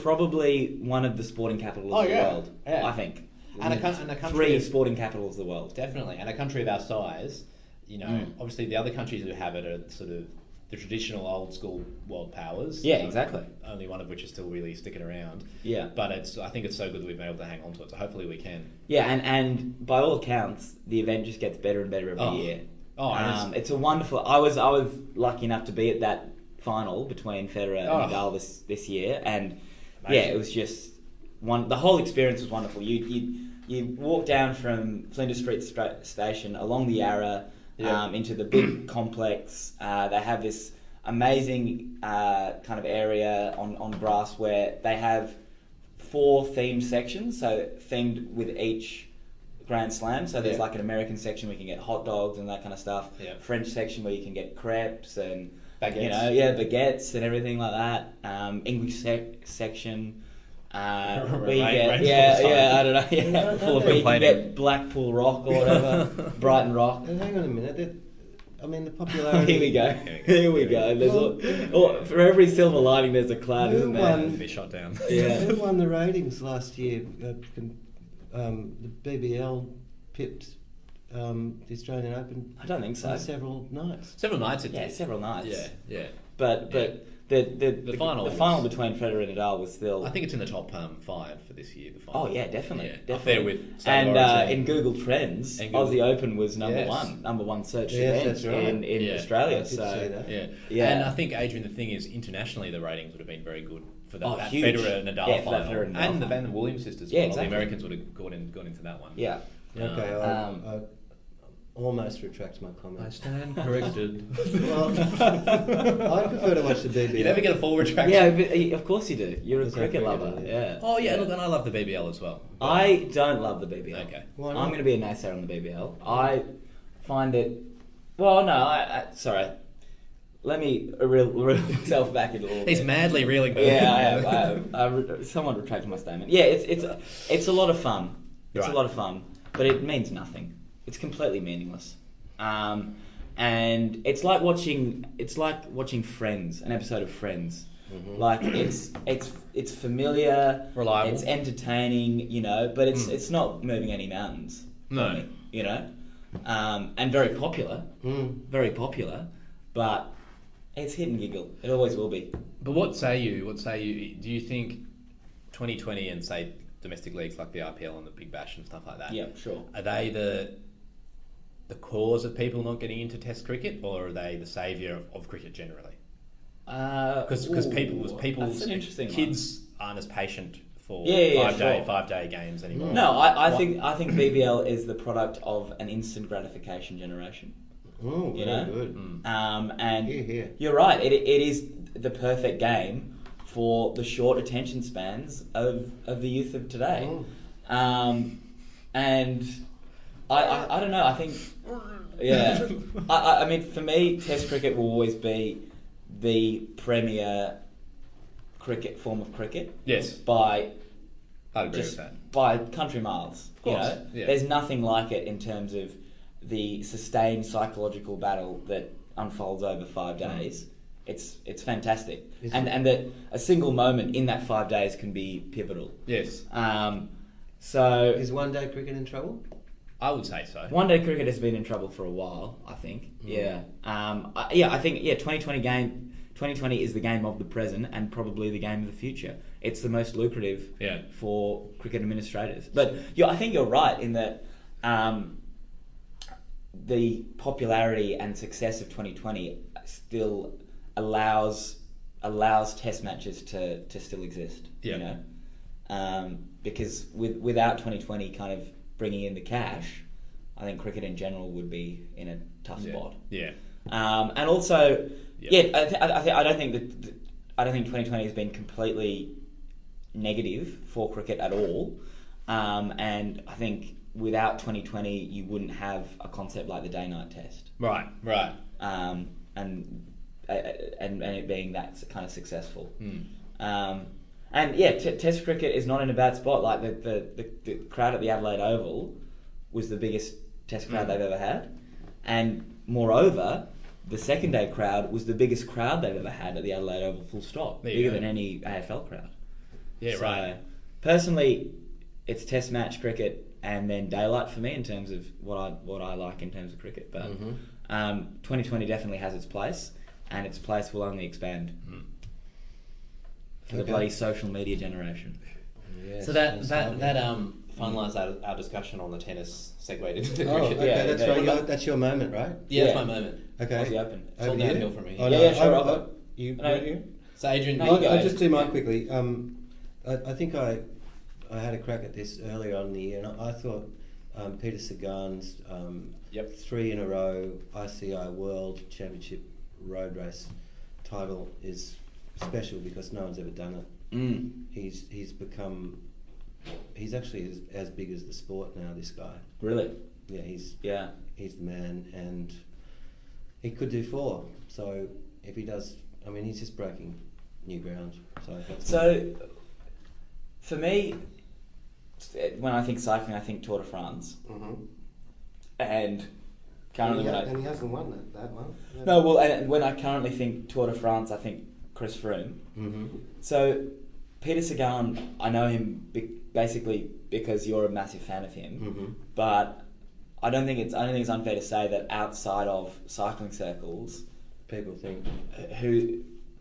probably one of the sporting capitals Oh, of the yeah. world. Yeah. I think. And a coun- and a country three is- sporting capitals of the world. Definitely, and a country of our size, you know, Mm. obviously the other countries who have it are sort of the traditional old school world powers. Yeah, um, exactly. Only one of which is still really sticking around. Yeah. But it's I think it's so good that we've been able to hang on to it. So hopefully we can. Yeah, and, and by all accounts, the event just gets better and better every Oh. year. Oh, and it's- um, it's a wonderful. I was I was lucky enough to be at that final between Federer and Oh. Nadal this this year, and yeah, Amazing. it was just one. The whole experience was wonderful. You you you walk down from Flinders Street stra- station along the Yarra Yeah. um, into the big complex. Uh, they have this amazing uh, kind of area on on grass where they have four themed sections. So themed with each Grand Slam. So there's Yeah. like an American section where you can get hot dogs and that kind of stuff. Yeah. French section where you can get crepes and you Baguettes. know yeah baguettes and everything like that. Um, English sec- section. Uh, Right, we right, get, right, yeah, full of yeah, I time. don't know. Yeah, Full of We can complaining. get Blackpool Rock or whatever, Brighton Rock. And hang on a minute. That, I mean, the popularity. Here we go. Here we go. Here we go. There's all, all, for every silver lining, there's a cloud, Who isn't won? there? be shot down. Um, Yeah. Who won the ratings last year? Uh, con- um, the BBL pipped um, the Australian Open I don't think so. by several nights. Several nights it Yeah, did. several nights. Yeah, yeah. But but the the, The final the was- final between Federer and Nadal was still. I think it's in the top um, five for this year. The final. Oh yeah, definitely, Yeah, definitely. Up there with State and uh, Origin. in Google Trends, And Google- Aussie Open was number Yes. one, number one search Yes, event that's right. in, in Yeah. I Australia. did so see that. Yeah. Yeah. And I think, Adrian, the thing is, internationally, the ratings would have been very good for that, Oh, that huge. Federer Nadal Yeah, for that final. Federer and Nadal the final. Van Williams sisters. Yeah, final. exactly. The Americans would have gone, in, gone into that one. yeah, Um, Okay, I, Um, I almost retract my I comment. stand corrected. Well, I prefer to watch the BBL. You never get a full retraction. yeah. But, eh, of course you do. You're a That's cricket how cricket lover. is. Yeah. Oh yeah, look, and I love the BBL as well. I don't love the BBL. Okay. Why not? I'm going to be a naysayer on the BBL. I find it. Well, no, I, I sorry. Let me reel, reel myself back a little. He's bit. madly reeling. back. Yeah, I have. I have. I re- someone retracted my statement. Yeah, it's it's a, it's a lot of fun. It's Right. a lot of fun, but it means nothing. It's completely meaningless. Um, and it's like watching it's like watching Friends, an episode of Friends. Like it's it's it's familiar, Mm-hmm. Reliable. it's entertaining, you know, but it's Mm. it's not moving any mountains. No. for me, you know, um, and very popular, Mm. very popular, but it's hit and giggle. It always will be. But what say you? What say you? Do you think 2020 and say domestic leagues like the RPL and the Big Bash and stuff like that? Yeah, sure. Are they the the cause of people not getting into Test cricket, or are they the saviour of, of cricket generally? because Because people's people's Uh, an interesting one. kids aren't as patient for Yeah, yeah, yeah, five day sure. five day games anymore. No, I, I What- think I think BBL is the product of an instant gratification generation, Oh, very You know? good. um, and Hear, hear. you're right. It, it is the perfect game for the short attention spans of, of the youth of today, um, and I, I I don't know. I think yeah, I, I, I mean for me, Test cricket will always be the premier cricket form of cricket. Yes. by I'd agree just with that. by country miles. Of course, you know? yeah. There's nothing like it in terms of the sustained psychological battle that unfolds over five Mm. days. It's it's fantastic, Is and it- and that a single moment in that five days can be pivotal. Yes, Um, so Is one day cricket in trouble? I would say so. Mm. one day cricket has been in trouble for a while. I think. Yeah. Um, I, yeah. I think. Yeah. 2020 game. 2020 is the game of the present and probably the game of the future. It's the most lucrative Yeah. for cricket administrators. But you I think you're right in that um, the popularity and success of 2020 still allows allows Test matches to, to still exist. Yeah. You know, um, because with without 2020 kind of bringing in the cash, I think cricket in general would be in a tough yeah. spot. Yeah. Um, and also, Yeah. yeah, I, th- I, th- I don't think that th- I don't think 2020 has been completely negative for cricket at all. Um, and I think without 2020, you wouldn't have a concept like the day night test. Right, Right. Um, and, uh, and, and it being that kind of successful. Mm. Um, and yeah, t- Test cricket is not in a bad spot. Like the, the, the, the crowd at the Adelaide Oval was the biggest Test crowd Mm. they've ever had, and moreover, the second day crowd was the biggest crowd they've ever had at the Adelaide Oval. Full stop, There you bigger go. than any AFL crowd. yeah, So, right. Personally, it's Test match cricket and then daylight for me in terms of what I what I like in terms of cricket. But Mm-hmm. Mhm. um, 2020 definitely has its place, and its place will only expand Hmm. Mm. for the Okay. bloody social media generation. Yes, so that yes, that okay. that uh, um finalised our, our discussion on the tennis. Segued into Oh, okay, yeah, that's yeah. right. Your, that's your moment, right? Yeah, that's Yeah. my moment. Okay. Aussie Open. It's all Over to you. downhill from here. Oh, Yeah, no, yeah, sure, I- I'll I- go. You, No, you? So Adrian, No, you you I'll, go. I'll just do mine quickly. Um, I, I think I, I had a crack at this earlier on in the year, and I, I thought um, Peter Sagan's um, Yep. three in a row ICI World Championship road race title is special because no one's ever done it. Mm. He's he's become, he's actually as, as big as the sport now. This guy, Really? yeah, he's Yeah. he's the man, and he could do four. So if he does, I mean, he's just breaking new ground. So that's So, for me, when I think cycling, I think Tour de France, Mm-hmm. and And, currently, he, when I- and he hasn't won that, that one. no, well, and and when I currently think Tour de France, I think Chris Froome. hmm So, Peter Sagan, I know him be- basically because you're a massive fan of him, hmm but I don't think it's I don't think it's unfair to say that outside of cycling circles, People think who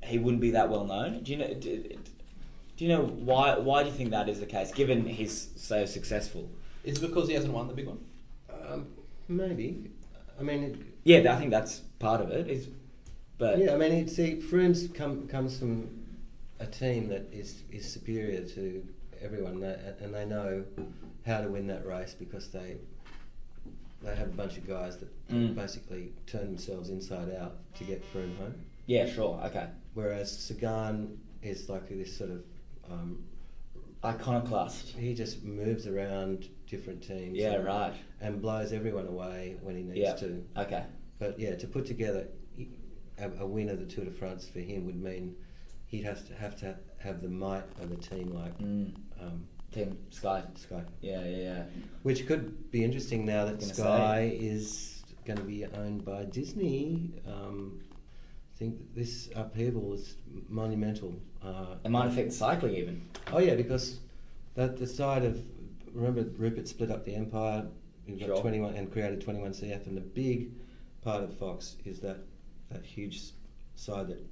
he wouldn't be that well known. Do you know? Do, do you know why? Why do you think that is the case? Given he's so successful. Is it because he hasn't won the big one? um, maybe. I mean, it, Yeah, I think that's part of it. Is, but yeah. I mean, it, see, Froome's come comes from a team that is is superior to everyone, They- and they know how to win that race because they they have a bunch of guys that Mm. basically turn themselves inside out to get Froome home. yeah, sure, okay. Whereas Sagan is like this sort of, um, Iconoclast. he just moves around different teams. Yeah, and, right. And blows everyone away when he needs Yeah. to. Okay. But yeah, to put together a, a win of the Tour de France for him would mean he'd have to have to have the might of a team like Mm. um, Team Sky. Sky, Yeah, yeah, yeah. which could be interesting now that Gonna say. Sky is going to be owned by Disney. Um, I think this upheaval is monumental. Uh, It might affect cycling even. Oh yeah, because that the side of remember Rupert split up the empire. You've got Sure. twenty one and created twenty one CF, and the big part of Fox is that that huge s- side that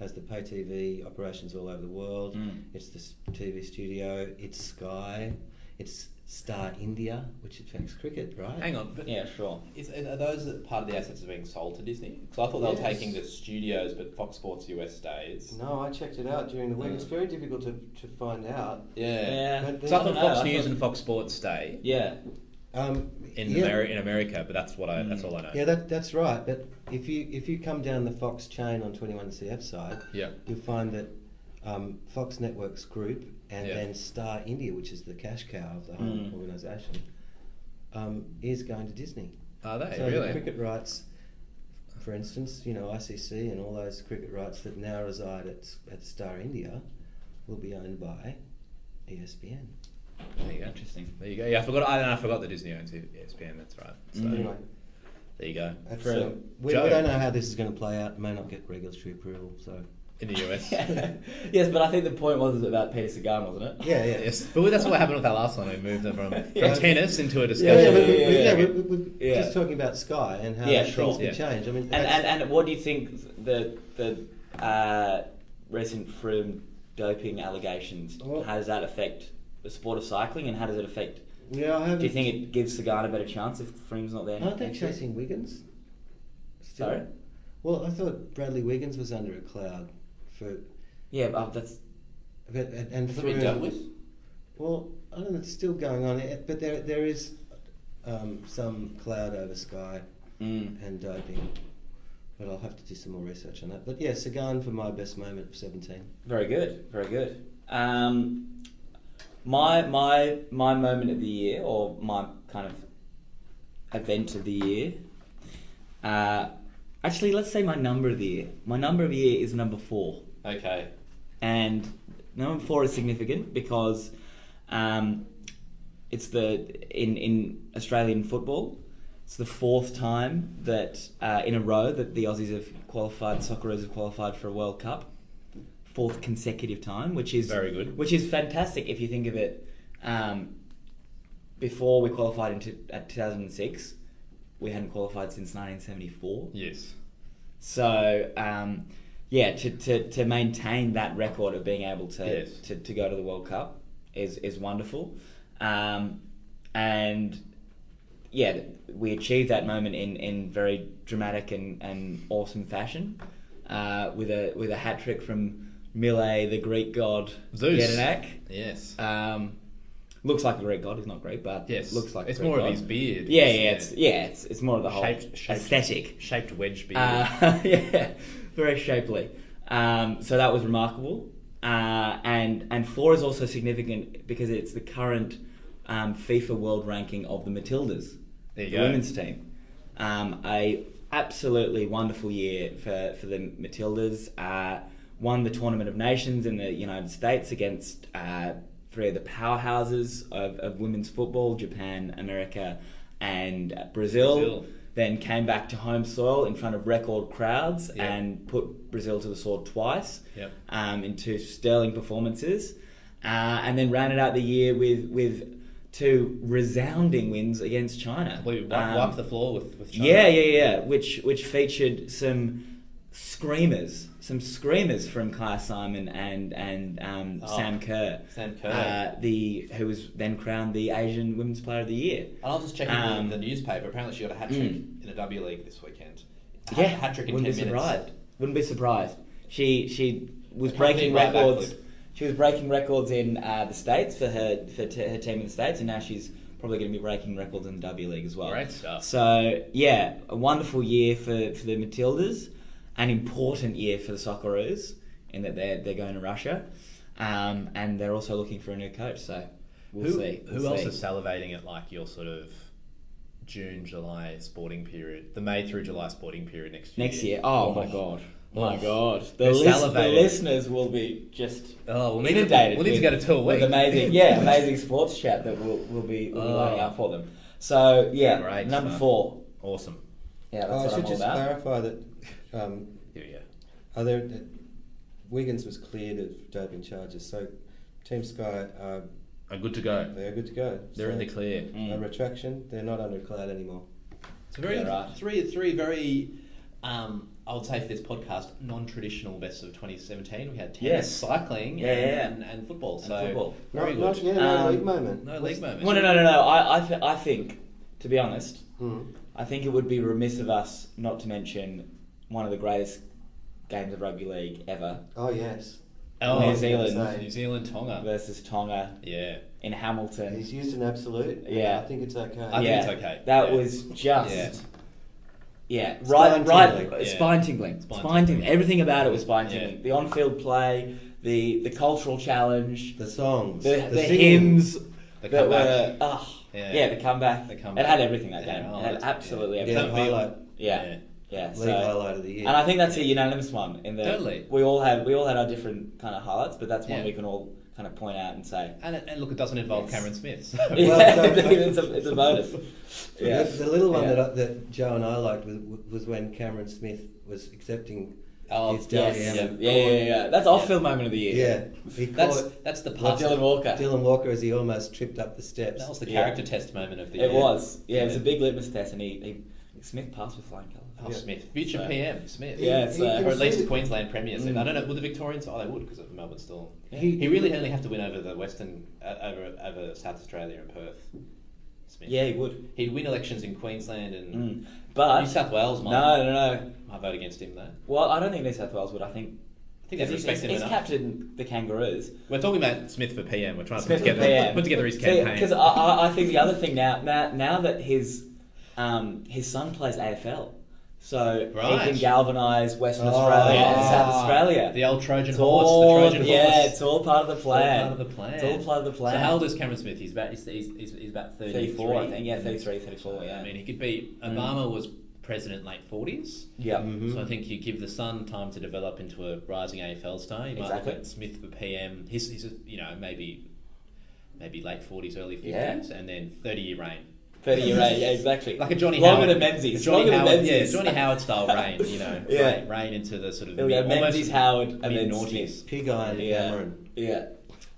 has the pay TV operations all over the world. Mm. It's the s- TV studio. It's Sky. It's Star India, which affects cricket, right? Hang on, but Yeah, sure. Is, are those part of the assets that are being sold to Disney? Because I thought they were Yes. taking the studios, but Fox Sports US stays. No, I checked it out during the week. It's very difficult to, to find out. Yeah. Yeah. But so I I don't thought know, Fox I News thought- and Fox Sports stay Yeah. Um, in yeah. Ameri- in America, but that's what I that's Mm. all I know. Yeah, that, that's right. But if you if you come down the Fox chain on Twenty One CF side, Yeah. you'll find that um, Fox Networks Group and Yeah. then Star India, which is the cash cow of the whole Mm. organisation, um, is going to Disney. Are they so the really? cricket rights, for instance, you know ICC and all those cricket rights that now reside at at Star India, will be owned by E ESPN. There you go. Interesting. There you go. Yeah, I forgot. I, I forgot that Disney owns E ESPN. That's right. So Mm. Anyway, there you go. That's, For um, we, Joe we don't know how this is going to play out. It may not get regulatory approval. So in the US. yes, but I think the point was about Peter Sagan, wasn't it? yeah, yeah. Yes, but that's what happened with our last one. We moved it from, from Yeah. tennis into a Yeah, discussion. yeah, but we- yeah, we- yeah, yeah, yeah. we- we- we're Yeah. just talking about Sky and how Yeah, things sure, can yeah. change. I mean, And, that's- and, and what do you think the the uh, recent Froome doping allegations? Well- How does that affect the sport of cycling, and how does it affect? yeah, I haven't. Do you think it gives Sagan a better chance if Froome's not there? Aren't they next year? chasing Wiggins? Still? Sorry? Well, I thought Bradley Wiggins was under a cloud for. Yeah, but that's But, and, and Has it been Froome- dealt with? Well, I don't know. It's still going on, eh, but there there is um, some cloud over Sky mm, and doping. but I'll have to do some more research on that. But yeah, Sagan for my best moment of 17. Very good, very good. Um, my my my moment of the year, or my kind of event of the year. Uh, actually, let's say my number of the year. My number of the year is number four, Okay. and number four is significant because um, it's the in in Australian football. It's the fourth time that uh, in a row that the Aussies have qualified, Socceroos have qualified for a World Cup, fourth consecutive time, which is Very good. which is fantastic if you think of it. Um, before we qualified into at 2006, we hadn't qualified since 1974. Yes. So um, yeah, to, to, to maintain that record of being able to, Yes. to, to go to the World Cup is is wonderful, um, and yeah, we achieved that moment in, in very dramatic and, and awesome fashion, uh, with a with a hat trick from Mille, the Greek god Zeus. Getanak. Yes. Um, looks like a Greek god. He's not Greek, but yes. looks like a it's Greek more god. of his beard. Yeah, yeah, It's- it's yeah, it's, it's more of the whole Shaped- shaped- aesthetic. shaped wedge beard. Uh, yeah, very shapely. Um, so that was remarkable. Uh, and and four is also significant because it's the current um, FIFA World Ranking of the Matildas, There you the go. women's team. Um, a absolutely wonderful year for, for the Matildas. Uh, won the Tournament of Nations in the United States against uh, three of the powerhouses of, of women's football: Japan, America, and uh, Brazil. then came back to home soil in front of record crowds Yeah. and put Brazil to the sword twice Yep. um, in two sterling performances, uh, and then rounded out the year with with two resounding wins against China. We wipe, Um, wipe the floor with, with China. yeah, yeah, yeah. Which which featured some screamers, some screamers from Kai Simon and and um, Oh, Sam Kerr, Sam Kerr. uh, the who was then crowned the Asian Women's Player of the Year. And I was just checking Um, the, the newspaper. Apparently, she got a hat trick Mm. in a W League this weekend. A Yeah, hat trick in wouldn't ten be minutes. surprised. Wouldn't be surprised. She she was It can't breaking be right back records. flip. She was breaking records in uh, the states for her for t- her team in the states, and now she's probably going to be breaking records in the W League as well. Great stuff. So yeah, a wonderful year for, for the Matildas, an important year for the Socceroos in that they're they're going to Russia, um, and they're also looking for a new coach. So we'll who see. who We'll else see. is salivating at like your sort of June, July sporting period, the May through July sporting period next year? next year? Oh, my god. My God, the, Oh. They're lis- the salivating. listeners will be just Oh, we'll need, inundated. to, we'll need to with- go to two a with week. Oh. amazing, yeah, amazing sports chat that we'll, we'll be we'll be lining up for them. So yeah, Great number stuff. four. awesome. Yeah, that's Oh, I what should I'm all just about. clarify that um, Here we go. other uh, Wiggins was cleared of doping charges, so Team Sky are Oh, good to go. they're good to go. They're so in the clear. A retraction. They're not under a cloud anymore. It's a very Yeah, right. three three very. Um, I would say for this podcast, non-traditional best of 2017. We had tennis, Yes. cycling, Yeah, yeah, and, yeah. And, and football. And so football. very not, good. Not, yeah, no Um, league moment. No league moment. Well, no, no, no, no. I, I, th- I think, to be honest, Mm. I think it would be remiss of us not to mention one of the greatest games of rugby league ever Oh yes, Oh, New Zealand. New Zealand, New Zealand Tonga. versus Tonga Yeah. in Hamilton. he's used an absolute. Yeah. I think it's okay. I think yeah, it's okay. That Yeah. was just. Yeah, Spine right, right. uh, tingling. Yeah. Spine tingling. Spine, Spine tingling. tingling. Everything about it was spine Yeah. tingling. The on-field play, the the cultural challenge, the songs, the, the, singing. hymns The that were. comeback. ah, yeah. Yeah. the comeback. The comeback. It had everything that Yeah, game. oh, it had that's- absolutely yeah. Yeah, everything. highlight, Yeah, yeah. league so, highlight of the year. and I think that's a unanimous one. In the Totally. we all had we all had our different kind of highlights, but that's one Yeah. we can all kind of point out and say. And, it- and look, it doesn't involve Yes. Cameron Smith. So. yeah, done. it's, a, it's a bonus. Yeah. The, the little one Yeah. that, I, that Joe and I liked was, was when Cameron Smith was accepting Oh, his Yes. Dally Yeah. Allen. Yeah, yeah, yeah, yeah. That's off field moment of the year. Yeah, he That's caught that's the Well, part. Dylan Walker. Dylan Walker as he almost tripped up the steps. That was the Yeah. character test moment of the It year. was. Yeah, it was a Yeah. big litmus test, and he, he Smith passed with flying colours. Oh, Yeah. Smith, future So- PM Smith. Yeah, it's, He- he uh, can Or at least see- Queensland Premier. Smith. Mm. I don't know. Will the Victorians? Oh, they would because of Melbourne still. He- He really only have to win over the Western, uh, over over South Australia and Perth. Smith. Yeah, he would. He'd win elections in Queensland and Mm. But New South Wales. Might, no, no, no. might vote against him though. Well, I don't think New South Wales would. I think I think they he's, respect he's, him he's enough. captained the Kangaroos. We're talking about Smith for PM. We're trying to put Smith together, put together his campaign. Because I, I, I think the other thing now, now, now that his um, his son plays AFL, So Right. he can galvanise Western Oh. Australia and Yeah. South Australia. The old Trojan It's horse. all- the Trojan yeah, horse. it's all part of the It's all plan. part of the plan. It's all part of the plan. So how old is Cameron Smith? He's about he's, he's, he's he's about 33. 34, I think. Yeah, 33, 34, yeah. Mm. I mean, he could be. Obama was president late 40s. Yep. Mhm. So I think you give the son time to develop into a rising AFL star. You might Exactly. look at Smith for PM. He's, he's a, you know maybe maybe late forties, early Yeah. fifties, and then thirty year reign. 30 year age, yeah, exactly. Like a Johnny Longer Howard. than Menzies. a Johnny Longer Howard, than Menzies. Yeah, Johnny Howard style reign, you know. Yeah. Reign, reign into the sort of There we go, mid, almost Menzies, Howard, and then mid-noughties. Smith. Pig Eye and Yeah. Cameron. Yeah.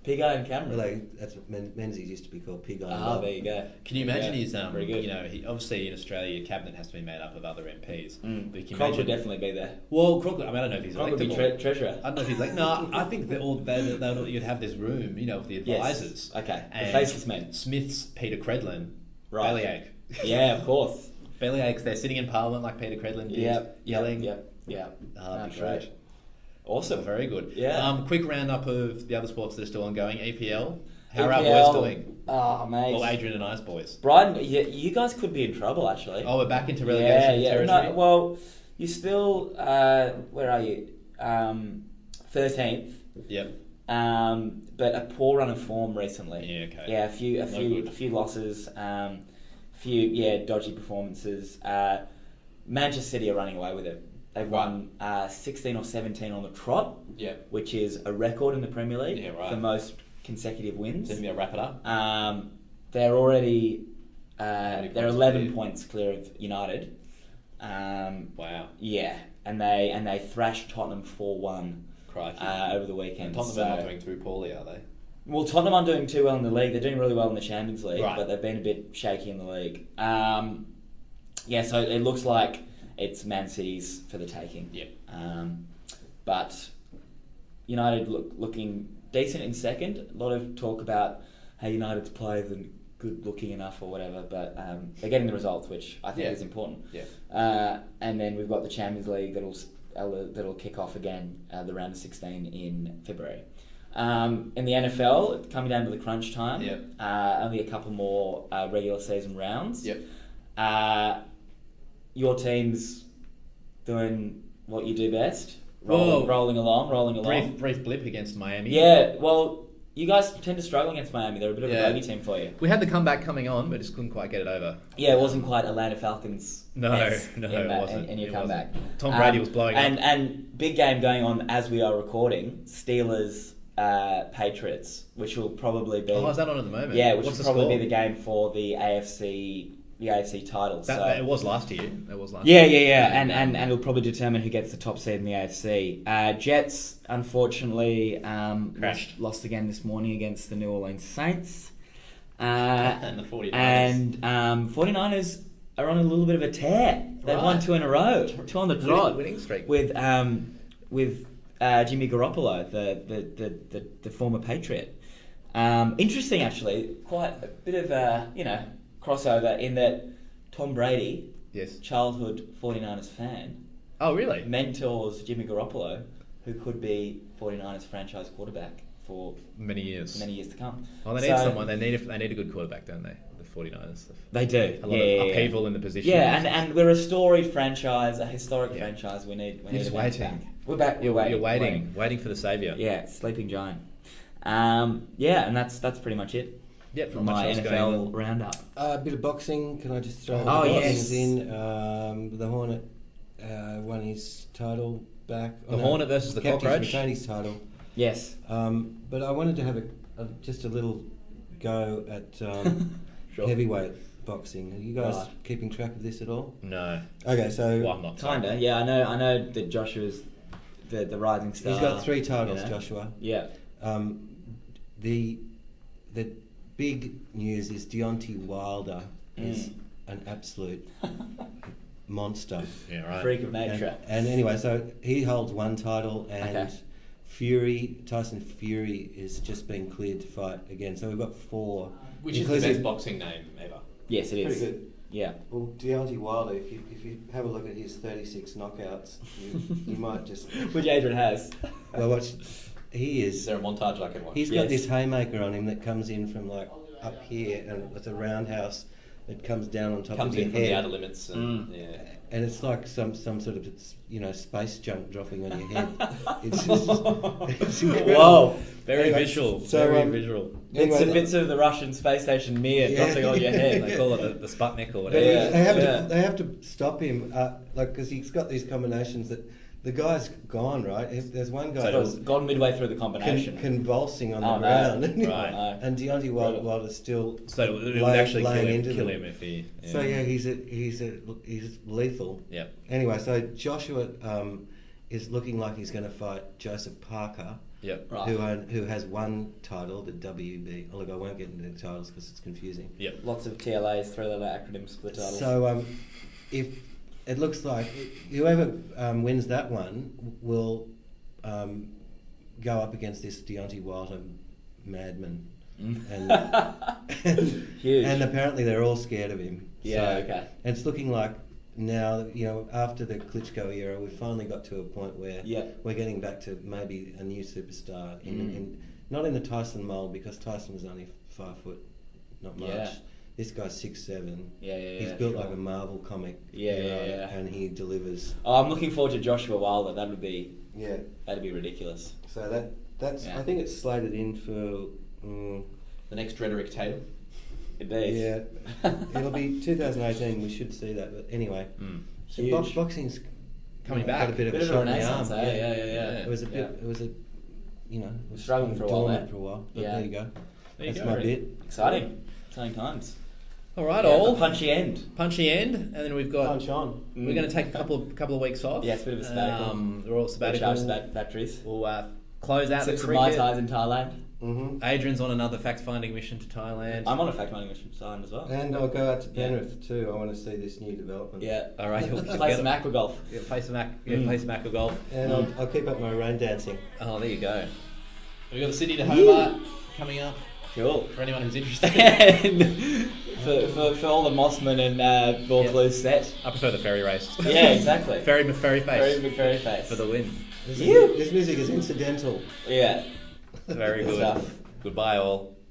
Pig Eye and Cameron. Well, they, that's what Men- Menzies used to be called Pig Eye. ah, there you go. uh, Can you imagine Yeah, his um, very good. you know, he, obviously in Australia your cabinet has to be made up of other MPs. Mm. But you can Cronk imagine would definitely be there. Well, Crocker, I mean I don't know if he's Cronk would be electable. tre- treasurer. I don't know if he's like no, I think that all they they they'll- you'd have this room, you know, of the advisors. Yes. Okay. The And- faceless men. Smith's Peter Credlin, Right. bellyache. Yeah, of course. bellyache's there sitting in Parliament like Peter Credlin did, Yep. yelling. Yep. Yep. Ah, that'd be That's great. Awesome. Very good. Yeah. Um, quick roundup of the other sports that are still ongoing. EPL. How are EPL. our boys doing? Oh, mate. Well, Adrian and I's boys. Brighton, you, you guys could be in trouble, actually. Oh, we're back into relegation territory. No, well, you still, uh, where are you? Um, 13th. yep. Um, but a poor run of form recently. Yeah, okay. Yeah, a few, a No few, good. a few losses. Um, few, yeah, dodgy performances. Uh, Manchester City are running away with it. They've won uh, sixteen or seventeen on the trot, Yep. which is a record in the Premier League Yeah, right. for most consecutive wins. Then we'll wrap it up. Um, they're already How uh, many they're points eleven clear? points clear of United. Um, Wow. yeah, and they and they thrashed Tottenham four one Crikey. uh, over the weekend. Tottenham so- are not doing too poorly, are they? well, Tottenham aren't doing too well in the league. They're doing really well in the Champions League, Right. but they've been a bit shaky in the league. Um, yeah, so it looks like it's Man City's for the taking. Yep. Um, but United look looking decent in second. A lot of talk about how United's players are good looking enough or whatever, but um, they're getting the results, which I think Yeah. is important. Yeah. Uh, and then we've got the Champions League that'll that'll that'll kick off again uh, the round of sixteen in February. Um, in the NFL, it's coming down to the crunch time. Yep. Uh, only a couple more uh, regular season rounds. Yep. Uh, your team's doing what you do best. Whoa. Rolling, rolling along, rolling along. Brief, brief blip against Miami. Yeah. Well, you guys tend to struggle against Miami. They're a bit of Yeah. a bogey team for you. We had the comeback coming on, but just couldn't quite get it over. Yeah, it wasn't quite Atlanta Falcons. No, esque no, in it wasn't. In, in your It comeback, Um, wasn't. Tom Brady was blowing and, And big game going on as we are recording. Steelers, uh, Patriots, which will probably be Oh, is that on at the moment? yeah, which What's will the probably score? be the game for the AFC the AFC title. That, so that- it was last year. It was last. yeah, year. yeah, yeah, and and and it'll probably determine who gets the top seed in the AFC. Uh, Jets, unfortunately, um, Crashed. lost, lost again this morning against the New Orleans Saints. Uh, and the 49ers. and um, 49ers are on a little bit of a tear. They've won Right. two in a row, two on the Winning- trot, winning streak. with um, with uh, Jimmy Garoppolo, the the, the, the, the former Patriot. Um, interesting, actually, quite a bit of a you know crossover in that Tom Brady, yes. childhood 49ers fan, Oh, really? mentors Jimmy Garoppolo, who could be 49ers franchise quarterback for Many years. many years to come. Oh, they So- need someone. They need. A, they need a good quarterback, don't they? The 49ers. They do. A lot yeah, yeah, of yeah. upheaval in the position. Yeah, and, and we're a storied franchise, a historic Yeah. franchise. We need. We You're need just a bounce waiting. Back. We're back. We're you're, waiting. you're we're waiting, waiting, for the savior. Yeah, sleeping giant. Um, yeah, and that's that's pretty much it Yep, for my NFL roundup. Uh, a bit of boxing. Can I just throw Oh, the boxing yes. in? Um, the Hornet uh, won his title back. The Hornet versus the kept his- Cockroach? retained his title. Yes. Um, but I wanted to have a, a just a little go at um, Sure. heavyweight boxing. Are you guys Right. keeping track of this at all? No, Okay, so well, I'm not. Kinda. Yeah, I know. I know that Joshua's the the rising star. he's got three titles, you know? Joshua. Yeah. Um, the the big news is Deontay Wilder is Mm. an absolute monster. Yeah, right. Freak of And, nature. and anyway, so he holds one title, and Okay. Fury Tyson Fury is just been cleared to fight again. So we've got four, Which is the inclusive- best boxing name ever? yes, it is. Pretty good. Yeah. Well, Deontay Wilder, if you, if you have a look at his 36 knockouts, you, you might just. Which Adrian has. Well, watch, he Is is. there a montage I can watch? He's Yes. got this haymaker on him that comes in from like up here, and it's a roundhouse it comes down on top comes of your in from head. the outer limits. And, Mm. Yeah. and it's like some, some sort of you know space junk dropping on your head. It's just it's incredible. Whoa. Very Anyway, visual. so, very um, visual. Bits, Anyway, bits of the Russian space station Mir Yeah. dropping on your head. They call it the, the Sputnik or whatever. They, Yeah, they have yeah. to they have to stop him, uh, like because he's got these combinations that the guy's gone right. There's- There's one guy So it was gone midway through the combination. con- convulsing on Oh, the no. ground, Right. No. and Deontay Wild, Wilder's still. So it would- it would Lay- actually kill laying him, into kill him them. if he. So yeah, he's a he's a he's lethal. Yeah. Anyway, so Joshua um, is looking like he's going to fight Joseph Parker. Yeah. Right. Who, own, who has one title, the WB? Oh, look, I won't get into the titles because it's confusing. Yeah. Lots of TLAs, three letter acronyms for the titles. So um, if it looks like whoever um, wins that one will um, go up against this Deontay Wilder madman, and, Mm. Huge. and apparently they're all scared of him. Yeah, So- okay. And it's looking like now you know after the Klitschko era, we've finally got to a point where Yeah. we're getting back to maybe a new superstar in, Mm. in not in the Tyson mold because Tyson was only five foot, not much. Yeah. This guy's six seven. Yeah, yeah, He's yeah, built sure. like a Marvel comic. Yeah, hero, yeah, yeah. And he delivers. oh, I'm looking forward to Joshua Wilder. That would be Yeah. that'd be ridiculous. So that that's Yeah. I think it's slated in for. mm, The next rhetoric Tatum. Indeed. Yeah, it'll be 2018. We should see that. But anyway, Mm. so bo- Huge. boxing's Coming got back. A bit of Bit a of a shot in the renaissance, arm. eh? Yeah, yeah, yeah. It was a bit. Yeah. It was a. You know, it was Struggling for a while, dormant eh? For a while. But Yeah. there you go. There you That's go. my bit. Exciting. Exciting times. All right, Yeah, all the punchy end. punchy end, and then we've got Punch on. we're going to take a couple of couple of weeks off. Mm. Yes, bit of a sabbatical. Um, we're all sabbatical. Recharge spat- batteries. We'll uh, close out Six the from my cricket. ties in Thailand. Mm-hmm. Adrian's on another fact-finding mission to Thailand. I'm on a fact finding mission to Thailand as well. And I'll go out to Yeah. Penrith too. I want to see this new development. Yeah. all right, you'll Play some aqua golf. Yeah, play some ac- yeah, Mm. play some aqua golf. And I'll, I'll keep up my rain dancing. Oh, there you go. We've got the City to Hobart coming up Cool. for anyone who's interested. And for, for, for all the Mossman and uh, Vaucluse set. I prefer the ferry race. Yeah, exactly. ferry ferry face Very big, very face. for the win. This, Yeah. is, this music is incidental. yeah. Very good. Good stuff. Goodbye, all.